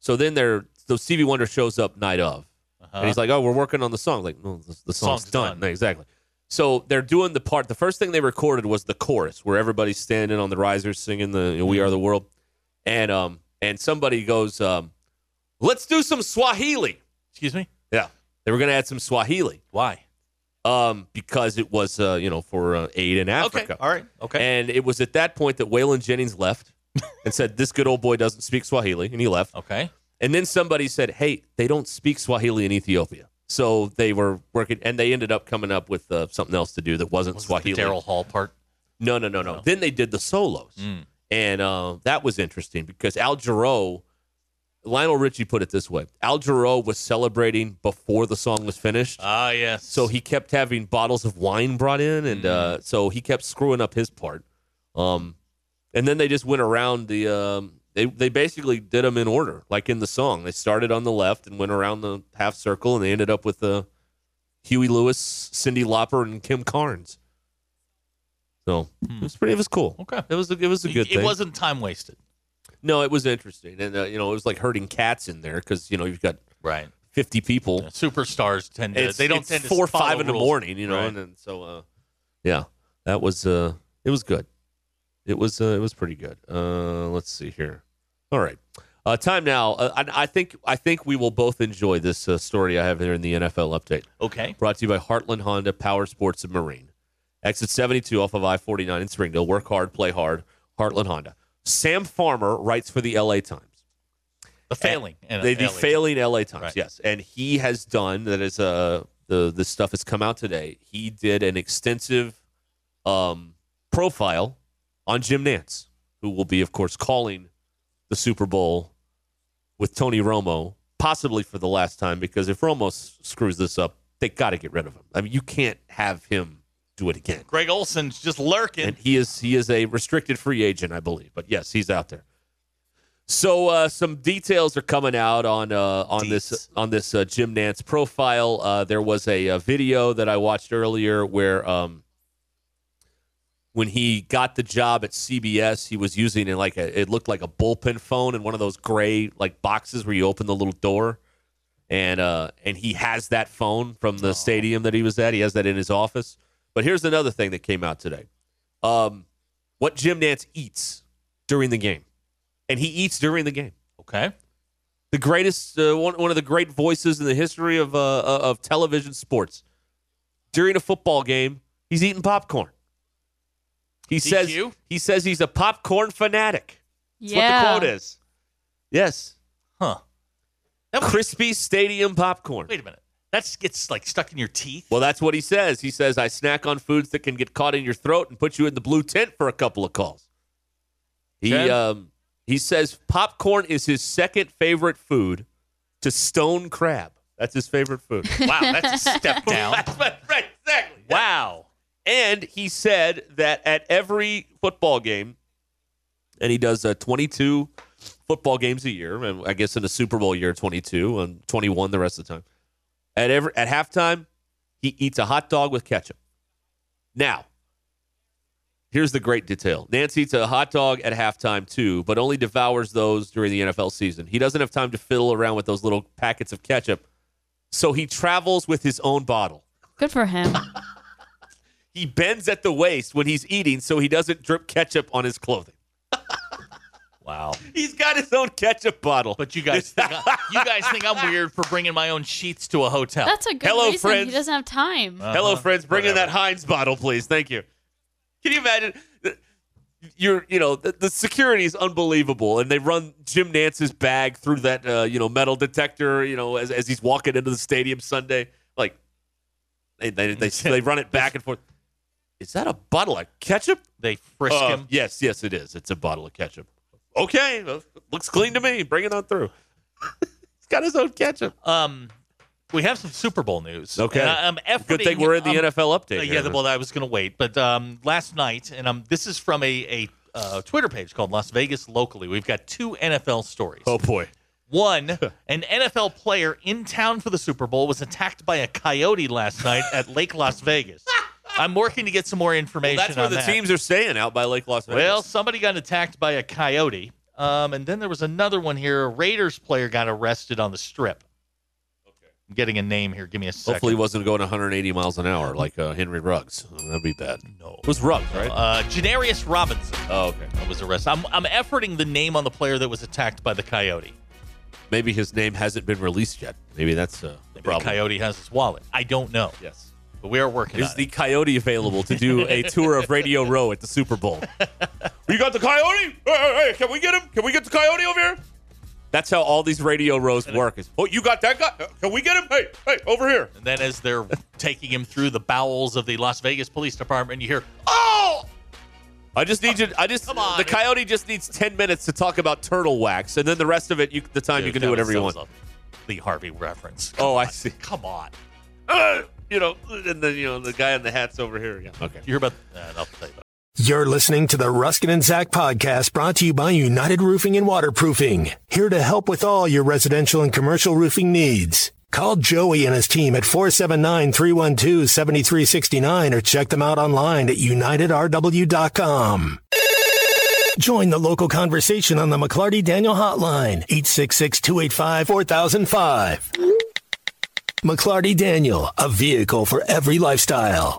Speaker 3: So then they're so Stevie Wonder shows up night of. And he's like, "Oh, we're working on the song." Like, no, the, the Uh-huh. song's,
Speaker 4: Song's
Speaker 3: done.
Speaker 4: done.
Speaker 3: No, exactly. So they're doing the part. The first thing they recorded was the chorus, where everybody's standing on the risers singing the "We Are the World," and um, and somebody goes, um, "Let's do some Swahili."
Speaker 4: Excuse me?
Speaker 3: Yeah, they were going to add some Swahili
Speaker 4: Why?
Speaker 3: um, because it was uh, you know for uh, aid in Africa.
Speaker 4: Okay. All right. Okay.
Speaker 3: And it was at that point that Waylon Jennings left and said, "This good old boy doesn't speak Swahili," and he left.
Speaker 4: okay.
Speaker 3: And then somebody said, "Hey, they don't speak Swahili in Ethiopia." So they were working, and they ended up coming up with uh, something else to do that wasn't
Speaker 4: Was it the
Speaker 3: Swahili.
Speaker 4: Daryl Hall part.
Speaker 3: No, no, no, no. Then they did the solos,
Speaker 4: Mm.
Speaker 3: and uh, that was interesting because Al Jarreau, Lionel Richie put it this way: Al Jarreau was celebrating before the song was finished.
Speaker 4: Ah, yes.
Speaker 3: So he kept having bottles of wine brought in, and
Speaker 4: Mm-hmm.
Speaker 3: uh, so he kept screwing up his part. Um, and then they just went around the. Um, they they basically did them in order, like in the song. They started on the left and went around the half circle, and they ended up with uh, Huey Lewis, Cindy Lauper, and Kim Carnes. So it was pretty. It was cool.
Speaker 4: Hmm. Okay.
Speaker 3: It was a, it was a
Speaker 4: It-
Speaker 3: good
Speaker 4: it
Speaker 3: thing.
Speaker 4: wasn't time wasted.
Speaker 3: no, it was interesting, and uh, you know it was like herding cats in there because you know you've got
Speaker 4: Right.
Speaker 3: fifty people.
Speaker 4: Superstars tend to.
Speaker 3: It's-
Speaker 4: they don't
Speaker 3: it's
Speaker 4: tend to
Speaker 3: four or
Speaker 4: follow
Speaker 3: five in the
Speaker 4: rules.
Speaker 3: morning, you know,
Speaker 4: Right.
Speaker 3: and then, so uh, yeah, that was uh, it was good. It was uh, it was pretty good. Uh, let's see here. All right, uh, time now. Uh, I, I think I think we will both enjoy this uh, story I have here in the NFL update.
Speaker 4: Okay.
Speaker 3: Brought to you by Heartland Honda Power Sports and Marine. Exit 72 off of I 49 in Springdale. Work hard, play hard. Heartland Honda. Sam Farmer writes for the LA Times
Speaker 4: The failing. and
Speaker 3: they, the
Speaker 4: LA.
Speaker 3: failing LA Times,
Speaker 4: Right.
Speaker 3: yes. And he has done that is uh the the stuff has come out today. He did an extensive um profile on Jim Nance, who will be of course calling the Super Bowl with Tony Romo, possibly for the last time because if Romo s- screws this up, they got to get rid of him. I mean, you can't have him do it again.
Speaker 4: Greg Olson's just lurking.
Speaker 3: And he is he is a restricted free agent, I believe. But yes, he's out there. So uh, some details are coming out on uh, on this
Speaker 4: Deets.
Speaker 3: on this uh, Jim Nance profile. Uh, there was a, uh video that I watched earlier where um, when he got the job at CBS, he was using it like a, it looked like a bullpen phone in one of those gray like boxes where you open the little door, and uh, and he has that phone from the stadium that he was at. He has that in his office. But here's another thing that came out today: um, what Jim Nance eats during the game, and he eats during the game.
Speaker 4: okay.
Speaker 3: The greatest, uh, one, one of the great voices in the history of uh, of television sports. During a football game, he's eating popcorn. He says
Speaker 4: DQ?
Speaker 3: he says he's a popcorn fanatic. That's
Speaker 5: yeah.
Speaker 3: what the quote is. Yes,
Speaker 4: Huh.
Speaker 3: crispy stadium popcorn.
Speaker 4: Wait a minute. That gets like stuck in your teeth.
Speaker 3: Well, that's what he says. He says, I snack on foods that can get caught in your throat and put you in the blue tent for a couple of calls. He,
Speaker 4: Okay.
Speaker 3: um, he says popcorn is his second favorite food to stone crab. That's his favorite food.
Speaker 4: Wow, that's a step down.
Speaker 3: right, exactly.
Speaker 4: wow.
Speaker 3: And he said that at every football game, and he does uh, 22 football games a year, and I guess in the Super Bowl year, 22 and 21 the rest of the time. At every at halftime, he eats a hot dog with ketchup. Now, here's the great detail: Nance eats a hot dog at halftime too, but only devours those during the NFL season. He doesn't have time to fiddle around with those little packets of ketchup, so he travels with his own bottle.
Speaker 5: Good for him.
Speaker 3: He bends at the waist when he's eating so he doesn't drip ketchup on his clothing.
Speaker 4: Wow.
Speaker 3: He's got his own ketchup bottle.
Speaker 4: But you guys, think I, Uh-huh. you guys think I'm weird for bringing my own sheets to a hotel.
Speaker 5: That's a good
Speaker 3: Hello,
Speaker 5: reason.
Speaker 3: friends. Uh,
Speaker 5: He doesn't have time.
Speaker 3: Hello,
Speaker 4: Uh-huh.
Speaker 3: friends. Bring in that
Speaker 4: Whatever.
Speaker 3: Heinz bottle, please. Thank you. Can you imagine? You're, you know, the, the security is unbelievable, and they run Jim Nance's bag through that, uh, you know, metal detector, you know, as, as he's walking into the stadium Sunday. Like, they they, they, they run it back and forth. Is that a bottle of ketchup?
Speaker 4: They frisk
Speaker 3: Uh,
Speaker 4: him.
Speaker 3: Yes, yes, it is. It's a bottle of ketchup. Okay, well, looks clean to me. Bring it on through. He's got his own ketchup.
Speaker 4: Um, we have some Super Bowl news.
Speaker 3: Okay.
Speaker 4: And um, I, am
Speaker 3: Good thing we're in the NFL update.
Speaker 4: uh, yeah,
Speaker 3: here.
Speaker 4: well, I was going to wait, but um, last night, and um, this is from a a uh, Twitter page called Las Vegas Locally. We've got two NFL stories.
Speaker 3: oh boy.
Speaker 4: One, an NFL player in town for the Super Bowl was attacked by a coyote last night at Lake Las Vegas. I'm working to get some more information.
Speaker 3: that's where
Speaker 4: on
Speaker 3: the
Speaker 4: that.
Speaker 3: teams are staying out by Lake Las Vegas.
Speaker 4: Well, somebody got attacked by a coyote. Um, and then there was another one here. A Raiders player got arrested on the strip. I'm getting a name here. Give me a second.
Speaker 3: Hopefully, he wasn't going 180 miles an hour like uh, Henry Ruggs. That'd be bad. No, it was Ruggs, right?
Speaker 4: Uh, Janarius Robinson
Speaker 3: oh, okay.
Speaker 4: was arrested. I'm, I'm efforting the name on the player that was attacked by the coyote.
Speaker 3: Maybe his name hasn't been released yet. Maybe that's uh, the
Speaker 4: Maybe
Speaker 3: problem.
Speaker 4: The coyote has his wallet. I don't know,
Speaker 3: Yes.
Speaker 4: but we are working
Speaker 3: Is
Speaker 4: on
Speaker 3: the
Speaker 4: it.
Speaker 3: coyote available to do a tour of Radio Row at the Super Bowl? we got the coyote. Hey, hey, hey, can we get him? Can we get the coyote over here? That's how all these Radio Rows work. Is oh, you got that guy? Uh, Can we get him? Hey, hey, over here.
Speaker 4: And then as they're taking him through the bowels of the Las Vegas Police Department, you hear, "Oh!"
Speaker 3: I just need you. I just
Speaker 4: Come on.
Speaker 3: the coyote just needs ten minutes to talk about turtle wax, and then the rest of it, you the time you
Speaker 4: Dude,
Speaker 3: can
Speaker 4: that
Speaker 3: do whatever you
Speaker 4: was-
Speaker 3: want.
Speaker 4: that was a Lee Harvey reference.
Speaker 3: Oh, I see.
Speaker 4: Come on.
Speaker 3: Uh, you know, and then you know the guy in the hat's over here. Yeah. Okay.
Speaker 4: You hear about? Uh, I'll tell you about
Speaker 2: You're listening to the Ruskin and Zach podcast brought to you by United Roofing and Waterproofing. Here to help with all your residential and commercial roofing needs. Call Joey and his team at 479-312-7369 or check them out online at unitedrw.com. Join the local conversation on the McClarty Daniel Hotline, 866-285-4005. McClarty Daniel, a vehicle for every lifestyle.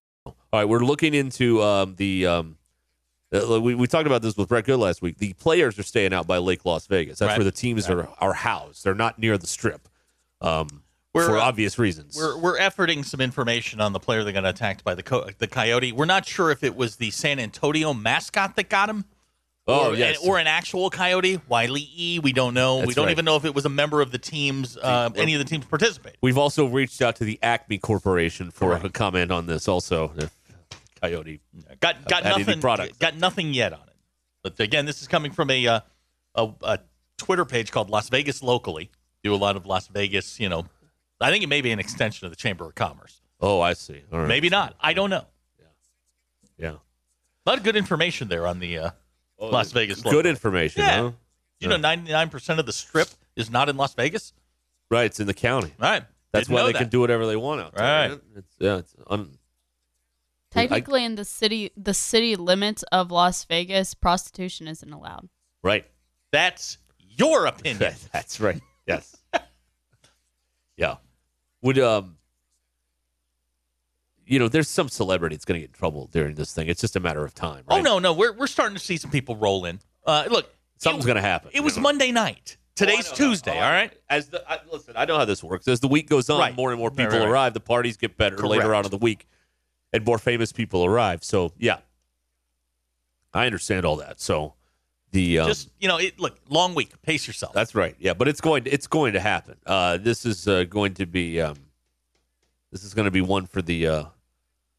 Speaker 3: All right, we're looking into um, the. Um, uh, we, we talked about this with Brett Good last week. The players are staying out by Lake Las Vegas. That's
Speaker 4: Right.
Speaker 3: where the teams are are housed. They're not near the strip, um,
Speaker 4: We're,
Speaker 3: for
Speaker 4: uh,
Speaker 3: obvious reasons.
Speaker 4: We're we're efforting some information on the player that got attacked by the co- the coyote. We're not sure if it was the San Antonio mascot that got him.
Speaker 3: oh
Speaker 4: or,
Speaker 3: yes,
Speaker 4: an, or an actual coyote, Wiley E. We don't know. we
Speaker 3: That's
Speaker 4: don't
Speaker 3: right.
Speaker 4: even know if it was a member of the teams. Um, any of the teams participated.
Speaker 3: we've also reached out to the Acme Corporation for a comment on this. Also, if Coyote.
Speaker 4: Got got
Speaker 3: Had any
Speaker 4: nothing.
Speaker 3: product.
Speaker 4: Got nothing yet on it. But again, this is coming from a, uh, a a Twitter page called Las Vegas locally. Do a lot of Las Vegas. You know, I think it may be an extension of the Chamber of Commerce.
Speaker 3: Oh, I see. All right.
Speaker 4: Maybe not. I don't know.
Speaker 3: Yeah.
Speaker 4: A lot of good information there on the uh, Las Vegas.
Speaker 3: Good
Speaker 4: local.
Speaker 3: information.
Speaker 4: Yeah.
Speaker 3: Huh?
Speaker 4: You know, ninety nine percent of the strip is not in Las Vegas.
Speaker 3: Right. It's in the county.
Speaker 4: All right.
Speaker 3: That's
Speaker 4: Didn't
Speaker 3: why
Speaker 4: know
Speaker 3: they
Speaker 4: that.
Speaker 3: can do whatever they want out there.
Speaker 4: Right.
Speaker 3: man. It's, yeah. It's un-
Speaker 5: Technically, in the city, the city limits of Las Vegas, prostitution isn't allowed.
Speaker 3: right.
Speaker 4: That's your opinion.
Speaker 3: That's right. Yes. yeah. Would um you know, there's some celebrity that's gonna get in trouble during this thing. It's just a matter of time, right?
Speaker 4: Oh no, no, we're we're starting to see some people roll in. Uh, look,
Speaker 3: Something's
Speaker 4: it,
Speaker 3: gonna happen.
Speaker 4: It was
Speaker 3: you know?
Speaker 4: Monday night. Today's
Speaker 3: Oh, I know.
Speaker 4: Tuesday.
Speaker 3: Oh, I-
Speaker 4: all right.
Speaker 3: As the I, listen, I know how this works. As the week goes on,
Speaker 4: Right.
Speaker 3: more and more
Speaker 4: Right,
Speaker 3: people
Speaker 4: right, right.
Speaker 3: arrive. The parties get better later
Speaker 4: Correct.
Speaker 3: on in the week, and more famous people arrive. So yeah, I understand all that. So the um,
Speaker 4: Just you know, it, look, long week. Pace yourself.
Speaker 3: That's right. Yeah, but it's going it's going to happen. Uh, this is uh, going to be um, this is going to be one for the uh,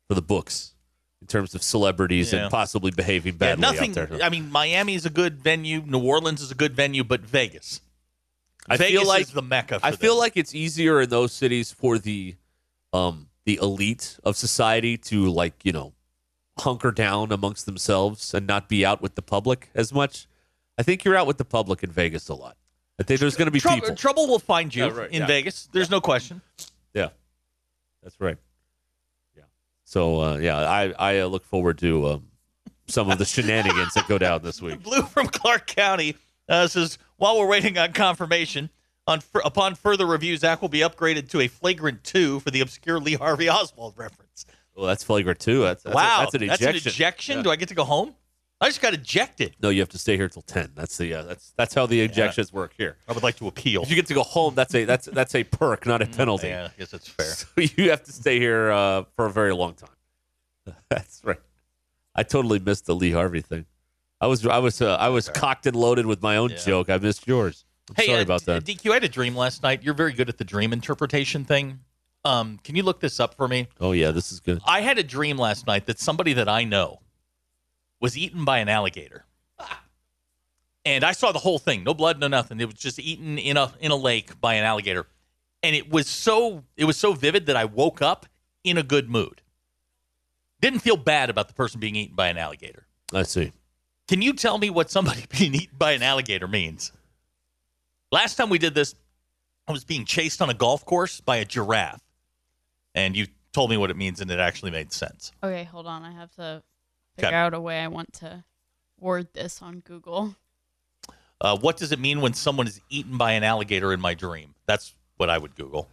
Speaker 3: for the books in terms of celebrities
Speaker 4: Yeah.
Speaker 3: and possibly behaving
Speaker 4: Yeah,
Speaker 3: badly
Speaker 4: nothing.
Speaker 3: out there.
Speaker 4: I mean, Miami is a good venue. New Orleans is a good venue, but Vegas.
Speaker 3: I
Speaker 4: Vegas
Speaker 3: feel like-
Speaker 4: is the mecca. For
Speaker 3: I feel
Speaker 4: this.
Speaker 3: like it's easier in those cities for the um, the elite of society to like you know hunker down amongst themselves and not be out with the public as much. I think you're out with the public in Vegas a lot. I think there's going to be
Speaker 4: trouble,
Speaker 3: people.
Speaker 4: trouble will find you
Speaker 3: Yeah, right,
Speaker 4: in
Speaker 3: yeah.
Speaker 4: Vegas. There's no question.
Speaker 3: Yeah, that's right. Yeah. So uh, yeah, I I uh, look forward to um, some of the shenanigans that go down this week.
Speaker 4: Blue from Clark County uh, says, while we're waiting on confirmation, on fr- upon further review, Zach will be upgraded to a flagrant two for the obscure Lee Harvey Oswald reference.
Speaker 3: Well, Oh, that's flagrant too. That's, that's a-
Speaker 4: wow,
Speaker 3: that's an ejection. Yeah.
Speaker 4: Do I get to go home? I just got ejected.
Speaker 3: no, you have to stay here till ten. That's the uh, that's that's how the ejections work here.
Speaker 4: I would like to appeal.
Speaker 3: If you get to go home, that's a that's that's a perk, not a penalty.
Speaker 4: Mm, yeah, I guess that's fair.
Speaker 3: So you have to stay here uh, for a very long time. That's right. I totally missed the Lee Harvey thing. I was I was uh, I was cocked and loaded with my own
Speaker 4: Yeah.
Speaker 3: joke. I missed yours. I'm
Speaker 4: Hey,
Speaker 3: sorry
Speaker 4: uh,
Speaker 3: about
Speaker 4: D-
Speaker 3: that.
Speaker 4: DQ, I had a dream last night. You're very good at the dream interpretation thing. Um, can you look this up for me?
Speaker 3: oh yeah, this is good.
Speaker 4: I had a dream last night that somebody that I know was eaten by an alligator. And I saw the whole thing. No blood, no nothing. It was just eaten in a in a lake by an alligator. and it was so it was so vivid that I woke up in a good mood. Didn't feel bad about the person being eaten by an alligator.
Speaker 3: I see.
Speaker 4: Can you tell me what somebody being eaten by an alligator means? Last time we did this, I was being chased on a golf course by a giraffe, and you told me what it means, and it actually made sense.
Speaker 5: Okay, hold on. I have to figure
Speaker 4: Okay.
Speaker 5: out a way I want to word this on Google.
Speaker 4: Uh, what does it mean when someone is eaten by an alligator in my dream? That's what I would Google.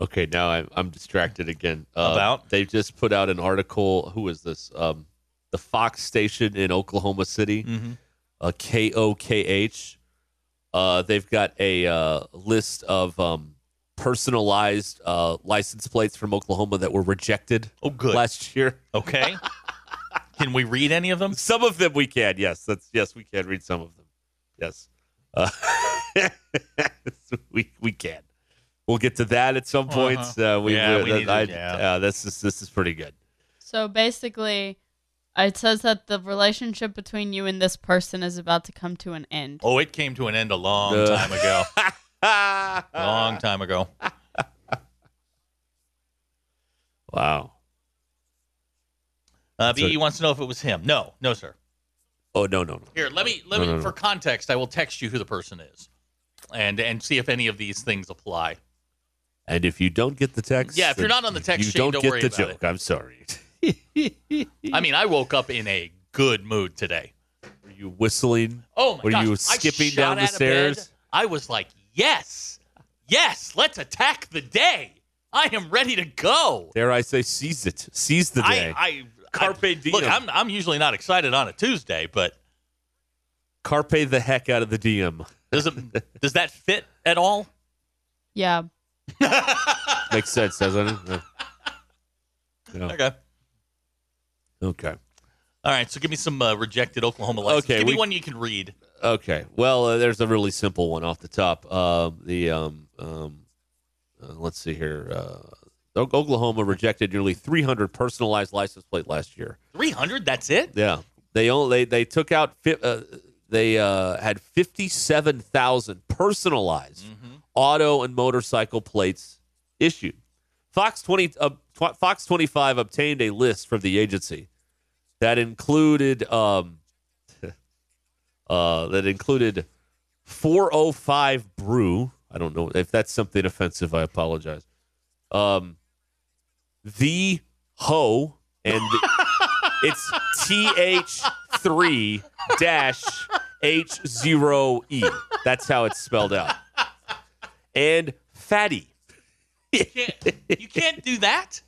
Speaker 3: Okay, now I'm, I'm distracted again. Uh,
Speaker 4: About?
Speaker 3: they've just put out an article. Who is this? Um, the Fox station in Oklahoma City,
Speaker 4: Mm.
Speaker 3: uh, K O K H. Uh, they've got a uh, list of um, personalized uh, license plates from Oklahoma that were rejected
Speaker 4: Oh, good.
Speaker 3: last year.
Speaker 4: Okay. Can we read any of them?
Speaker 3: Some of them we can. Yes, that's yes, we can read some of them. Yes, uh, we we can. We'll get to that at some point. Uh, we,
Speaker 4: Uh-huh. Yeah, we
Speaker 3: that-
Speaker 4: need to-
Speaker 3: I-
Speaker 4: yeah.
Speaker 3: uh, this is this is pretty good.
Speaker 5: So basically, it says that the relationship between you and this person is about to come to an end.
Speaker 4: Oh, it came to an end a long
Speaker 3: Uh.
Speaker 4: time ago. long time ago. Uh,
Speaker 3: Wow.
Speaker 4: Uh, BE wants to know if it was him. No, no, sir.
Speaker 3: Oh no no no.
Speaker 4: Here, let me let
Speaker 3: No,
Speaker 4: me
Speaker 3: no, no.
Speaker 4: for context. I will text you who the person is, and and see if any of these things apply.
Speaker 3: And if you don't get the text,
Speaker 4: Yeah, if you're
Speaker 3: then
Speaker 4: not on the text
Speaker 3: you
Speaker 4: chain,
Speaker 3: don't,
Speaker 4: don't
Speaker 3: get
Speaker 4: worry
Speaker 3: the
Speaker 4: about
Speaker 3: joke. I'm sorry.
Speaker 4: I mean, I woke up in a good mood today.
Speaker 3: Were you whistling?
Speaker 4: Oh my
Speaker 3: Were
Speaker 4: gosh,
Speaker 3: you
Speaker 4: I
Speaker 3: skipping
Speaker 4: shot
Speaker 3: down the
Speaker 4: out of bed.
Speaker 3: stairs?
Speaker 4: I was like, yes, yes, let's attack the day. I am ready to go.
Speaker 3: Dare I say, seize it, seize the day.
Speaker 4: I, I
Speaker 3: Carpe
Speaker 4: I,
Speaker 3: diem.
Speaker 4: Look, I'm I'm usually not excited on a Tuesday, but
Speaker 3: Carpe the heck out of the DM.
Speaker 4: does it does that fit at all?
Speaker 5: Yeah.
Speaker 3: Makes sense, doesn't it? Uh, Yeah. Yeah.
Speaker 4: Okay.
Speaker 3: Okay.
Speaker 4: All right, so give me some uh, rejected Oklahoma license.
Speaker 3: Okay,
Speaker 4: give me
Speaker 3: we-
Speaker 4: one you can read.
Speaker 3: Okay. Well, uh, there's a really simple one off the top. Um, the um, um, uh, let's see here. Uh, O- Oklahoma rejected nearly 300 personalized license plate last year.
Speaker 4: 300, that's it?
Speaker 3: Yeah, they only they, they took out fi- uh, they uh, had 57,000 personalized auto and motorcycle plates issued. Fox 20 uh, tw- Fox 25 obtained a list from the agency that included um, uh, that included 405 brew. I don't know if that's something offensive. I apologize. Um, the hoe and the, it's th three dash h zero e. That's how it's spelled out. And fatty.
Speaker 4: You can't do that?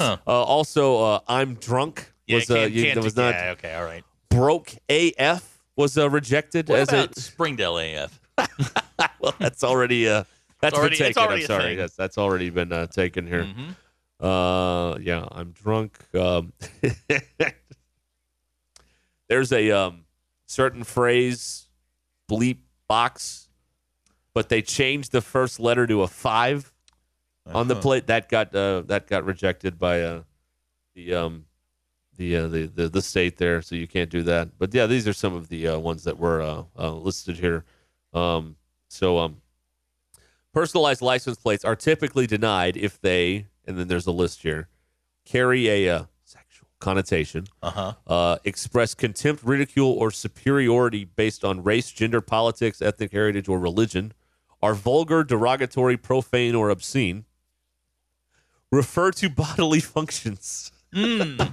Speaker 3: Uh, also, uh, I'm drunk
Speaker 4: Yeah,
Speaker 3: was
Speaker 4: you
Speaker 3: uh,
Speaker 4: can't-
Speaker 3: you-
Speaker 4: can't
Speaker 3: that was
Speaker 4: do-
Speaker 3: not
Speaker 4: yeah, okay, all right.
Speaker 3: broke AF was uh, rejected
Speaker 4: What
Speaker 3: as
Speaker 4: about
Speaker 3: it.
Speaker 4: Springdale AF?
Speaker 3: Well, that's already uh, that's
Speaker 4: It's already-
Speaker 3: been
Speaker 4: it's
Speaker 3: taken.
Speaker 4: already
Speaker 3: I'm
Speaker 4: a
Speaker 3: sorry,
Speaker 4: thing. Mm-hmm.
Speaker 3: yes, that's already been uh, taken here. Uh, yeah, I'm drunk. Um, there's a um, certain phrase, bleep box, but they changed the first letter to a 5 on the
Speaker 4: Uh-huh.
Speaker 3: plate. That got uh, that got rejected by uh, the um, the, uh, the the the state there, so you can't do that. But yeah, these are some of the uh, ones that were uh, uh, listed here. Um, so um, personalized license plates are typically denied if they, and then there's a list here, carry a uh, sexual connotation,
Speaker 4: Uh-huh.
Speaker 3: uh, express contempt, ridicule, or superiority based on race, gender, politics, ethnic heritage, or religion, are vulgar, derogatory, profane, or obscene, refer to bodily functions.
Speaker 4: Hmm.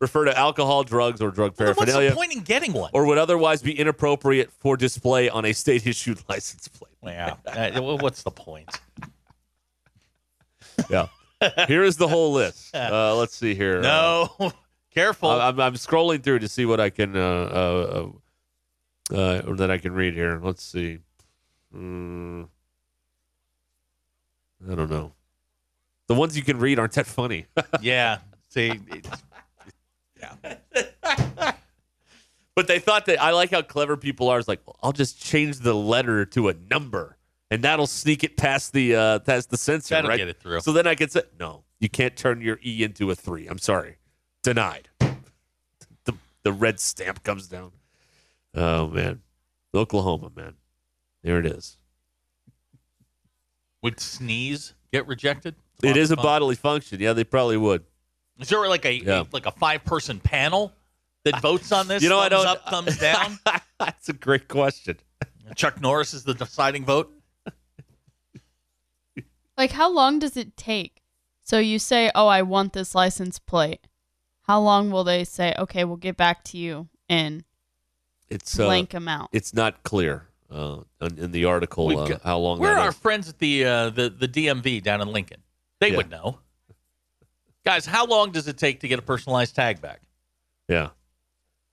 Speaker 3: refer to alcohol, drugs, or drug
Speaker 4: Well, then what's
Speaker 3: paraphernalia
Speaker 4: the point in getting one?
Speaker 3: or would otherwise be inappropriate for display on a state issued license plate.
Speaker 4: yeah. Uh, well, what's the point?
Speaker 3: Yeah. here is the whole list. Uh, let's see here.
Speaker 4: No. Careful.
Speaker 3: Uh, I- I'm, I'm scrolling through to see what I can uh, uh, uh, uh, or that I can read here. Let's see. Mm, I don't know. The ones you can read aren't that funny.
Speaker 4: yeah. See, it's-
Speaker 3: But they thought that I like how clever people are. It's like well, I'll just change the letter to a number, and that'll sneak it past the uh, past the censor.
Speaker 4: That'll
Speaker 3: right?
Speaker 4: get it through.
Speaker 3: So then I could say, no, you can't turn your E into a three. I'm sorry, denied. The the red stamp comes down. Oh man, Oklahoma, man. There it is.
Speaker 4: Would sneeze get rejected?
Speaker 3: It is a
Speaker 4: body.
Speaker 3: bodily function. Yeah, they probably would.
Speaker 4: Is there like a
Speaker 3: Yeah.
Speaker 4: like a five person panel that votes on this?
Speaker 3: You know,
Speaker 4: thumbs
Speaker 3: I don't.
Speaker 4: up, thumbs down.
Speaker 3: That's a great question.
Speaker 4: Chuck Norris is the deciding vote.
Speaker 5: Like, how long does it take? So you say, "Oh, I want this license plate." How long will they say, "Okay, we'll get back to you in
Speaker 3: It's uh,
Speaker 5: blank amount"?
Speaker 3: It's not clear uh, in, in the article
Speaker 4: We've
Speaker 3: uh,
Speaker 4: got-
Speaker 3: how long
Speaker 4: Where are
Speaker 3: that
Speaker 4: our
Speaker 3: is.
Speaker 4: friends at the uh, the the DMV down in Lincoln? They
Speaker 3: Yeah.
Speaker 4: would know. Guys, how long does it take to get a personalized tag back?
Speaker 3: Yeah.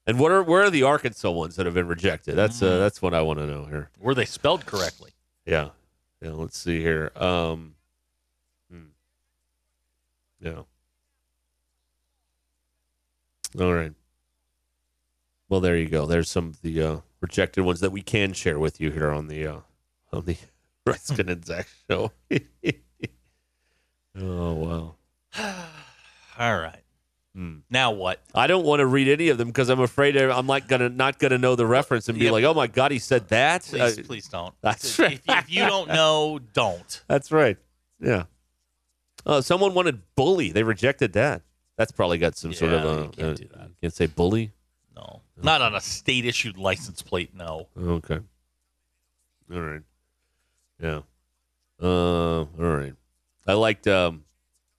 Speaker 3: And what are where are the Arkansas ones that have been rejected? That's uh, that's what I want to know here.
Speaker 4: Were they spelled correctly?
Speaker 3: Yeah. Yeah. Let's see here. Um, hmm. Yeah. All right. Well, there you go. There's some of the uh, rejected ones that we can share with you here on the uh, on the Ruskin and Zach show. oh wow.
Speaker 4: All right.
Speaker 3: Hmm.
Speaker 4: Now what?
Speaker 3: I don't want to read any of them because I'm afraid I'm like gonna not gonna know the reference and be
Speaker 4: Yeah.
Speaker 3: like, oh my god, he said that.
Speaker 4: Please,
Speaker 3: Uh,
Speaker 4: please don't.
Speaker 3: that's
Speaker 4: If, if you don't know, don't.
Speaker 3: That's right. Yeah. Uh, someone wanted bully. They rejected that. That's probably got some sort
Speaker 4: Yeah,
Speaker 3: of
Speaker 4: no,
Speaker 3: a.
Speaker 4: you can't
Speaker 3: uh,
Speaker 4: do that.
Speaker 3: you can't say bully.
Speaker 4: No, not on a state issued license plate. No.
Speaker 3: Oh, Okay. All right. Yeah. Uh, all right. I liked. Um,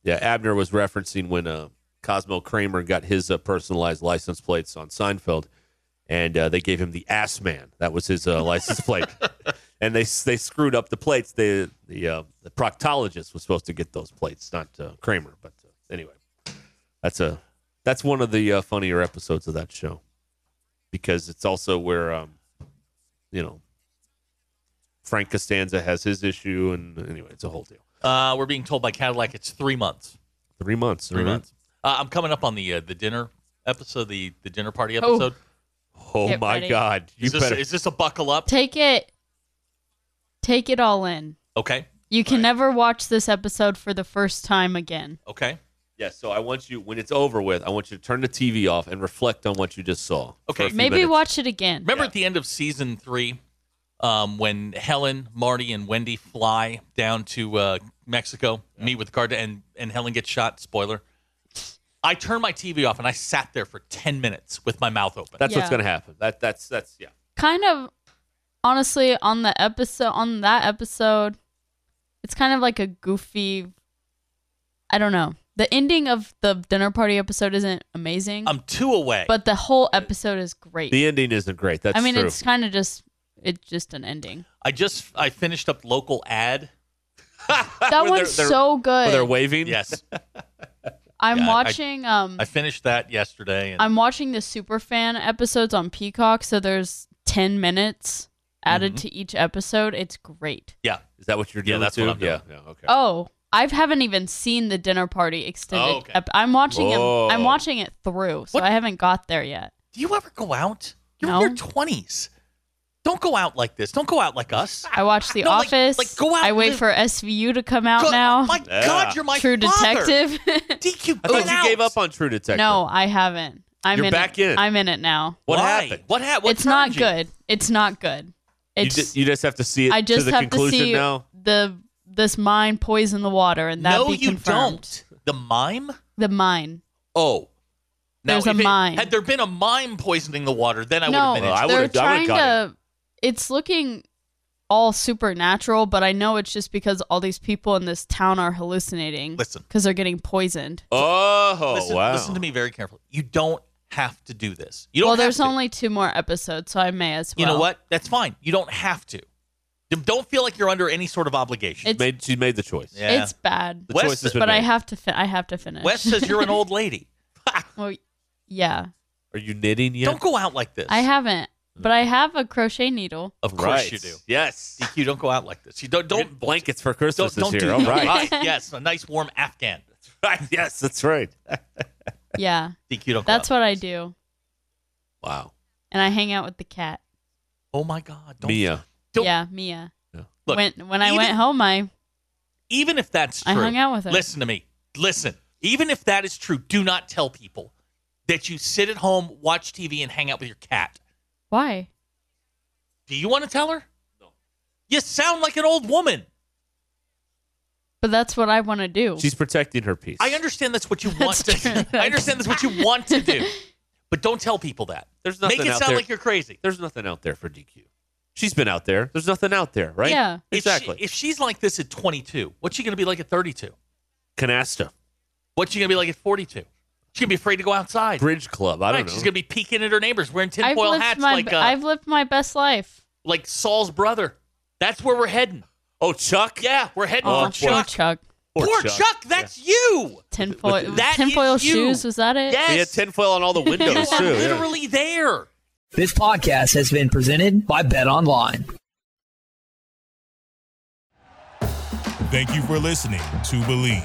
Speaker 3: yeah, Abner was referencing when uh, Cosmo Kramer got his uh, personalized license plates on Seinfeld, and uh, they gave him the Ass Man. That was his uh, license plate, and they they screwed up the plates. The the uh, the proctologist was supposed to get those plates, not uh, Kramer. But uh, anyway, that's a that's one of the uh, funnier episodes of that show because it's also where um, you know, Frank Costanza has his issue, and anyway, it's a whole deal.
Speaker 4: Uh, we're being told by Cadillac it's three months.
Speaker 3: Three months.
Speaker 4: three
Speaker 3: all right?
Speaker 4: months. Uh, I'm coming up on the uh, the dinner episode, the the dinner party episode.
Speaker 3: Oh
Speaker 5: Get
Speaker 3: my
Speaker 5: ready.
Speaker 3: God! You
Speaker 4: is, this,
Speaker 3: better.
Speaker 4: is this a buckle up?
Speaker 5: Take it. Take it all in.
Speaker 4: Okay,
Speaker 5: You can never watch this episode for the first time again.
Speaker 4: okay,
Speaker 3: yes. So I want you, when it's over with, I want you to turn the TV off and reflect on what you just saw.
Speaker 4: okay.
Speaker 3: Few
Speaker 5: Maybe
Speaker 3: minutes.
Speaker 5: watch it again.
Speaker 4: Remember at the end of season three, um, when Helen, Marty, and Wendy fly down to uh, Mexico, meet with Garda, and and Helen gets shot. Spoiler. I turned my TV off and I sat there for ten minutes with my mouth open.
Speaker 3: That's what's
Speaker 5: Yeah.
Speaker 3: gonna happen. That that's that's yeah.
Speaker 5: kind of honestly on the episode on that episode it's kind of like a goofy i don't know the ending of the dinner party episode isn't amazing
Speaker 4: I'm two away.
Speaker 5: but the whole episode is great
Speaker 3: The ending isn't great. That's
Speaker 5: i mean
Speaker 3: true.
Speaker 5: it's kind of just it's just an ending
Speaker 4: I just I finished up local ad.
Speaker 5: that
Speaker 3: Where
Speaker 5: one's
Speaker 3: they're- they're-
Speaker 5: so
Speaker 3: Where
Speaker 5: good
Speaker 3: they're waving.
Speaker 4: Yes,
Speaker 5: i'm
Speaker 4: Yeah, I-
Speaker 5: watching um
Speaker 4: I finished that yesterday. And
Speaker 5: i'm watching the superfan episodes on peacock so there's 10 minutes added
Speaker 4: Mm-hmm.
Speaker 5: to each episode it's great
Speaker 4: yeah,
Speaker 3: Is that what you're
Speaker 4: Yeah,
Speaker 3: doing?
Speaker 4: that's
Speaker 3: too?
Speaker 4: what I'm doing.
Speaker 3: Yeah. yeah, Okay.
Speaker 5: Oh, I haven't even seen the dinner party extended.
Speaker 4: Oh, okay.
Speaker 5: ep- I'm watching it.
Speaker 3: Whoa.
Speaker 5: I'm watching it through, so
Speaker 4: What?
Speaker 5: I haven't got there yet.
Speaker 4: Do you ever go out? You're
Speaker 5: No.
Speaker 4: in your twenties. Don't go out like this. Don't go out like us.
Speaker 5: I watch
Speaker 4: Ah,
Speaker 5: The
Speaker 4: No, like-
Speaker 5: Office.
Speaker 4: like, go out
Speaker 5: I wait
Speaker 4: live-
Speaker 5: for SVU to come out
Speaker 4: Go-
Speaker 5: now.
Speaker 4: Oh my
Speaker 3: Yeah.
Speaker 4: God, you're my
Speaker 5: True
Speaker 4: father.
Speaker 5: Detective.
Speaker 4: DQ,
Speaker 3: I
Speaker 4: go
Speaker 3: thought you
Speaker 4: out.
Speaker 3: gave up on True Detective.
Speaker 5: no, I haven't. I'm
Speaker 3: You're
Speaker 5: in
Speaker 3: back
Speaker 5: it.
Speaker 3: in.
Speaker 5: I'm in it now.
Speaker 3: What
Speaker 4: Why?
Speaker 3: happened?
Speaker 4: What happened? What
Speaker 5: it's not
Speaker 4: turned you?
Speaker 5: good. It's not good.
Speaker 3: You,
Speaker 5: It's
Speaker 3: ju- you just have to see it
Speaker 5: I just
Speaker 3: to the
Speaker 5: have to
Speaker 3: conclusion
Speaker 5: see
Speaker 3: now.
Speaker 5: the this mine poison the water and that
Speaker 4: no,
Speaker 5: be
Speaker 4: you
Speaker 5: confirmed.
Speaker 4: don't. The mime.
Speaker 5: The mine.
Speaker 4: Oh, now,
Speaker 5: There's a
Speaker 4: if it-
Speaker 5: mime.
Speaker 4: Had there been a mime poisoning the water, then I
Speaker 5: no,
Speaker 4: would have been.
Speaker 3: Well, Oh, I
Speaker 4: interested.
Speaker 5: they're
Speaker 3: would've- I would've
Speaker 5: trying
Speaker 3: got
Speaker 5: to. It's looking all supernatural, but I know it's just because all these people in this town are hallucinating.
Speaker 4: Listen.
Speaker 5: because they're getting poisoned.
Speaker 3: Oh
Speaker 4: listen,
Speaker 3: wow!
Speaker 4: listen to me very carefully. You don't have to do this. You don't.
Speaker 5: well,
Speaker 4: have
Speaker 5: there's
Speaker 4: to.
Speaker 5: only two more episodes, so I may as
Speaker 4: You
Speaker 5: well.
Speaker 4: know what? That's fine. You don't have to. Don't feel like you're under any sort of obligation.
Speaker 5: It's
Speaker 3: Made, she made the choice.
Speaker 4: Yeah.
Speaker 5: it's bad,
Speaker 3: The
Speaker 4: Wes-
Speaker 3: choice has been
Speaker 5: but I
Speaker 3: made.
Speaker 5: have to. Fin- I have to finish.
Speaker 4: Wes says you're an old lady.
Speaker 5: well, yeah,
Speaker 3: Are you knitting yet?
Speaker 4: Don't go out like this.
Speaker 5: I haven't, but I have a crochet needle.
Speaker 4: Of course
Speaker 3: Right.
Speaker 4: you do.
Speaker 3: Yes.
Speaker 4: You don't go out like this. You don't don't
Speaker 3: Get blankets for Christmas
Speaker 4: don't, don't
Speaker 3: this
Speaker 4: do
Speaker 3: year. All
Speaker 4: that.
Speaker 3: right.
Speaker 4: Right. Yes, a nice warm Afghan.
Speaker 3: right. Yes, that's right.
Speaker 5: Yeah,
Speaker 4: DQ don't.
Speaker 5: that's
Speaker 4: go out.
Speaker 5: what I do,
Speaker 3: Wow.
Speaker 5: and I hang out with the cat.
Speaker 4: Oh my God, don't,
Speaker 3: Mia.
Speaker 4: Don't-
Speaker 5: yeah, Mia.
Speaker 4: Look,
Speaker 5: when when I
Speaker 4: even-
Speaker 5: went home, I
Speaker 4: Even if that's true,
Speaker 5: I hung out with her.
Speaker 4: Listen to me. Listen. Even if that is true, do not tell people that you sit at home, watch TV, and hang out with your cat.
Speaker 5: why?
Speaker 4: Do you want to tell her? No. You sound like an old woman.
Speaker 5: But that's what I want to do.
Speaker 3: She's protecting her piece.
Speaker 4: I understand that's what you want to.
Speaker 5: true.
Speaker 4: I understand that's what you want to do, but don't tell people that.
Speaker 3: There's
Speaker 4: Make
Speaker 3: nothing
Speaker 4: it
Speaker 3: out
Speaker 4: sound
Speaker 3: there.
Speaker 4: like you're crazy.
Speaker 3: There's nothing out there for DQ. She's been out there. There's nothing out there, right?
Speaker 5: Yeah.
Speaker 4: If she-
Speaker 3: Exactly.
Speaker 4: If, she's like this at 22, what's she going to be like at 32?
Speaker 3: Canasta
Speaker 4: What's she going to be like at 42? She's going to be afraid to go outside.
Speaker 3: Bridge Club. I don't
Speaker 4: Right,
Speaker 3: know.
Speaker 4: She's going to be peeking at her neighbors, wearing
Speaker 5: I've
Speaker 4: tinfoil
Speaker 5: lived
Speaker 4: hats
Speaker 5: my
Speaker 4: like uh,
Speaker 5: I've lived my best life.
Speaker 4: like Saul's brother. That's where we're heading.
Speaker 3: oh, Chuck.
Speaker 4: Yeah, we're heading
Speaker 3: Oh,
Speaker 4: for
Speaker 5: Poor
Speaker 4: Chuck.
Speaker 5: Chuck.
Speaker 4: Poor, Chuck. that's you.
Speaker 5: Tinfoil
Speaker 4: That
Speaker 5: tinfoil
Speaker 4: is you.
Speaker 5: shoes, was that it?
Speaker 4: Yes,
Speaker 3: He had tinfoil on all the
Speaker 4: you
Speaker 3: windows
Speaker 4: are
Speaker 3: too. yeah.
Speaker 4: literally there.
Speaker 7: This podcast has been presented by Bet Online.
Speaker 2: Thank you for listening to Believe.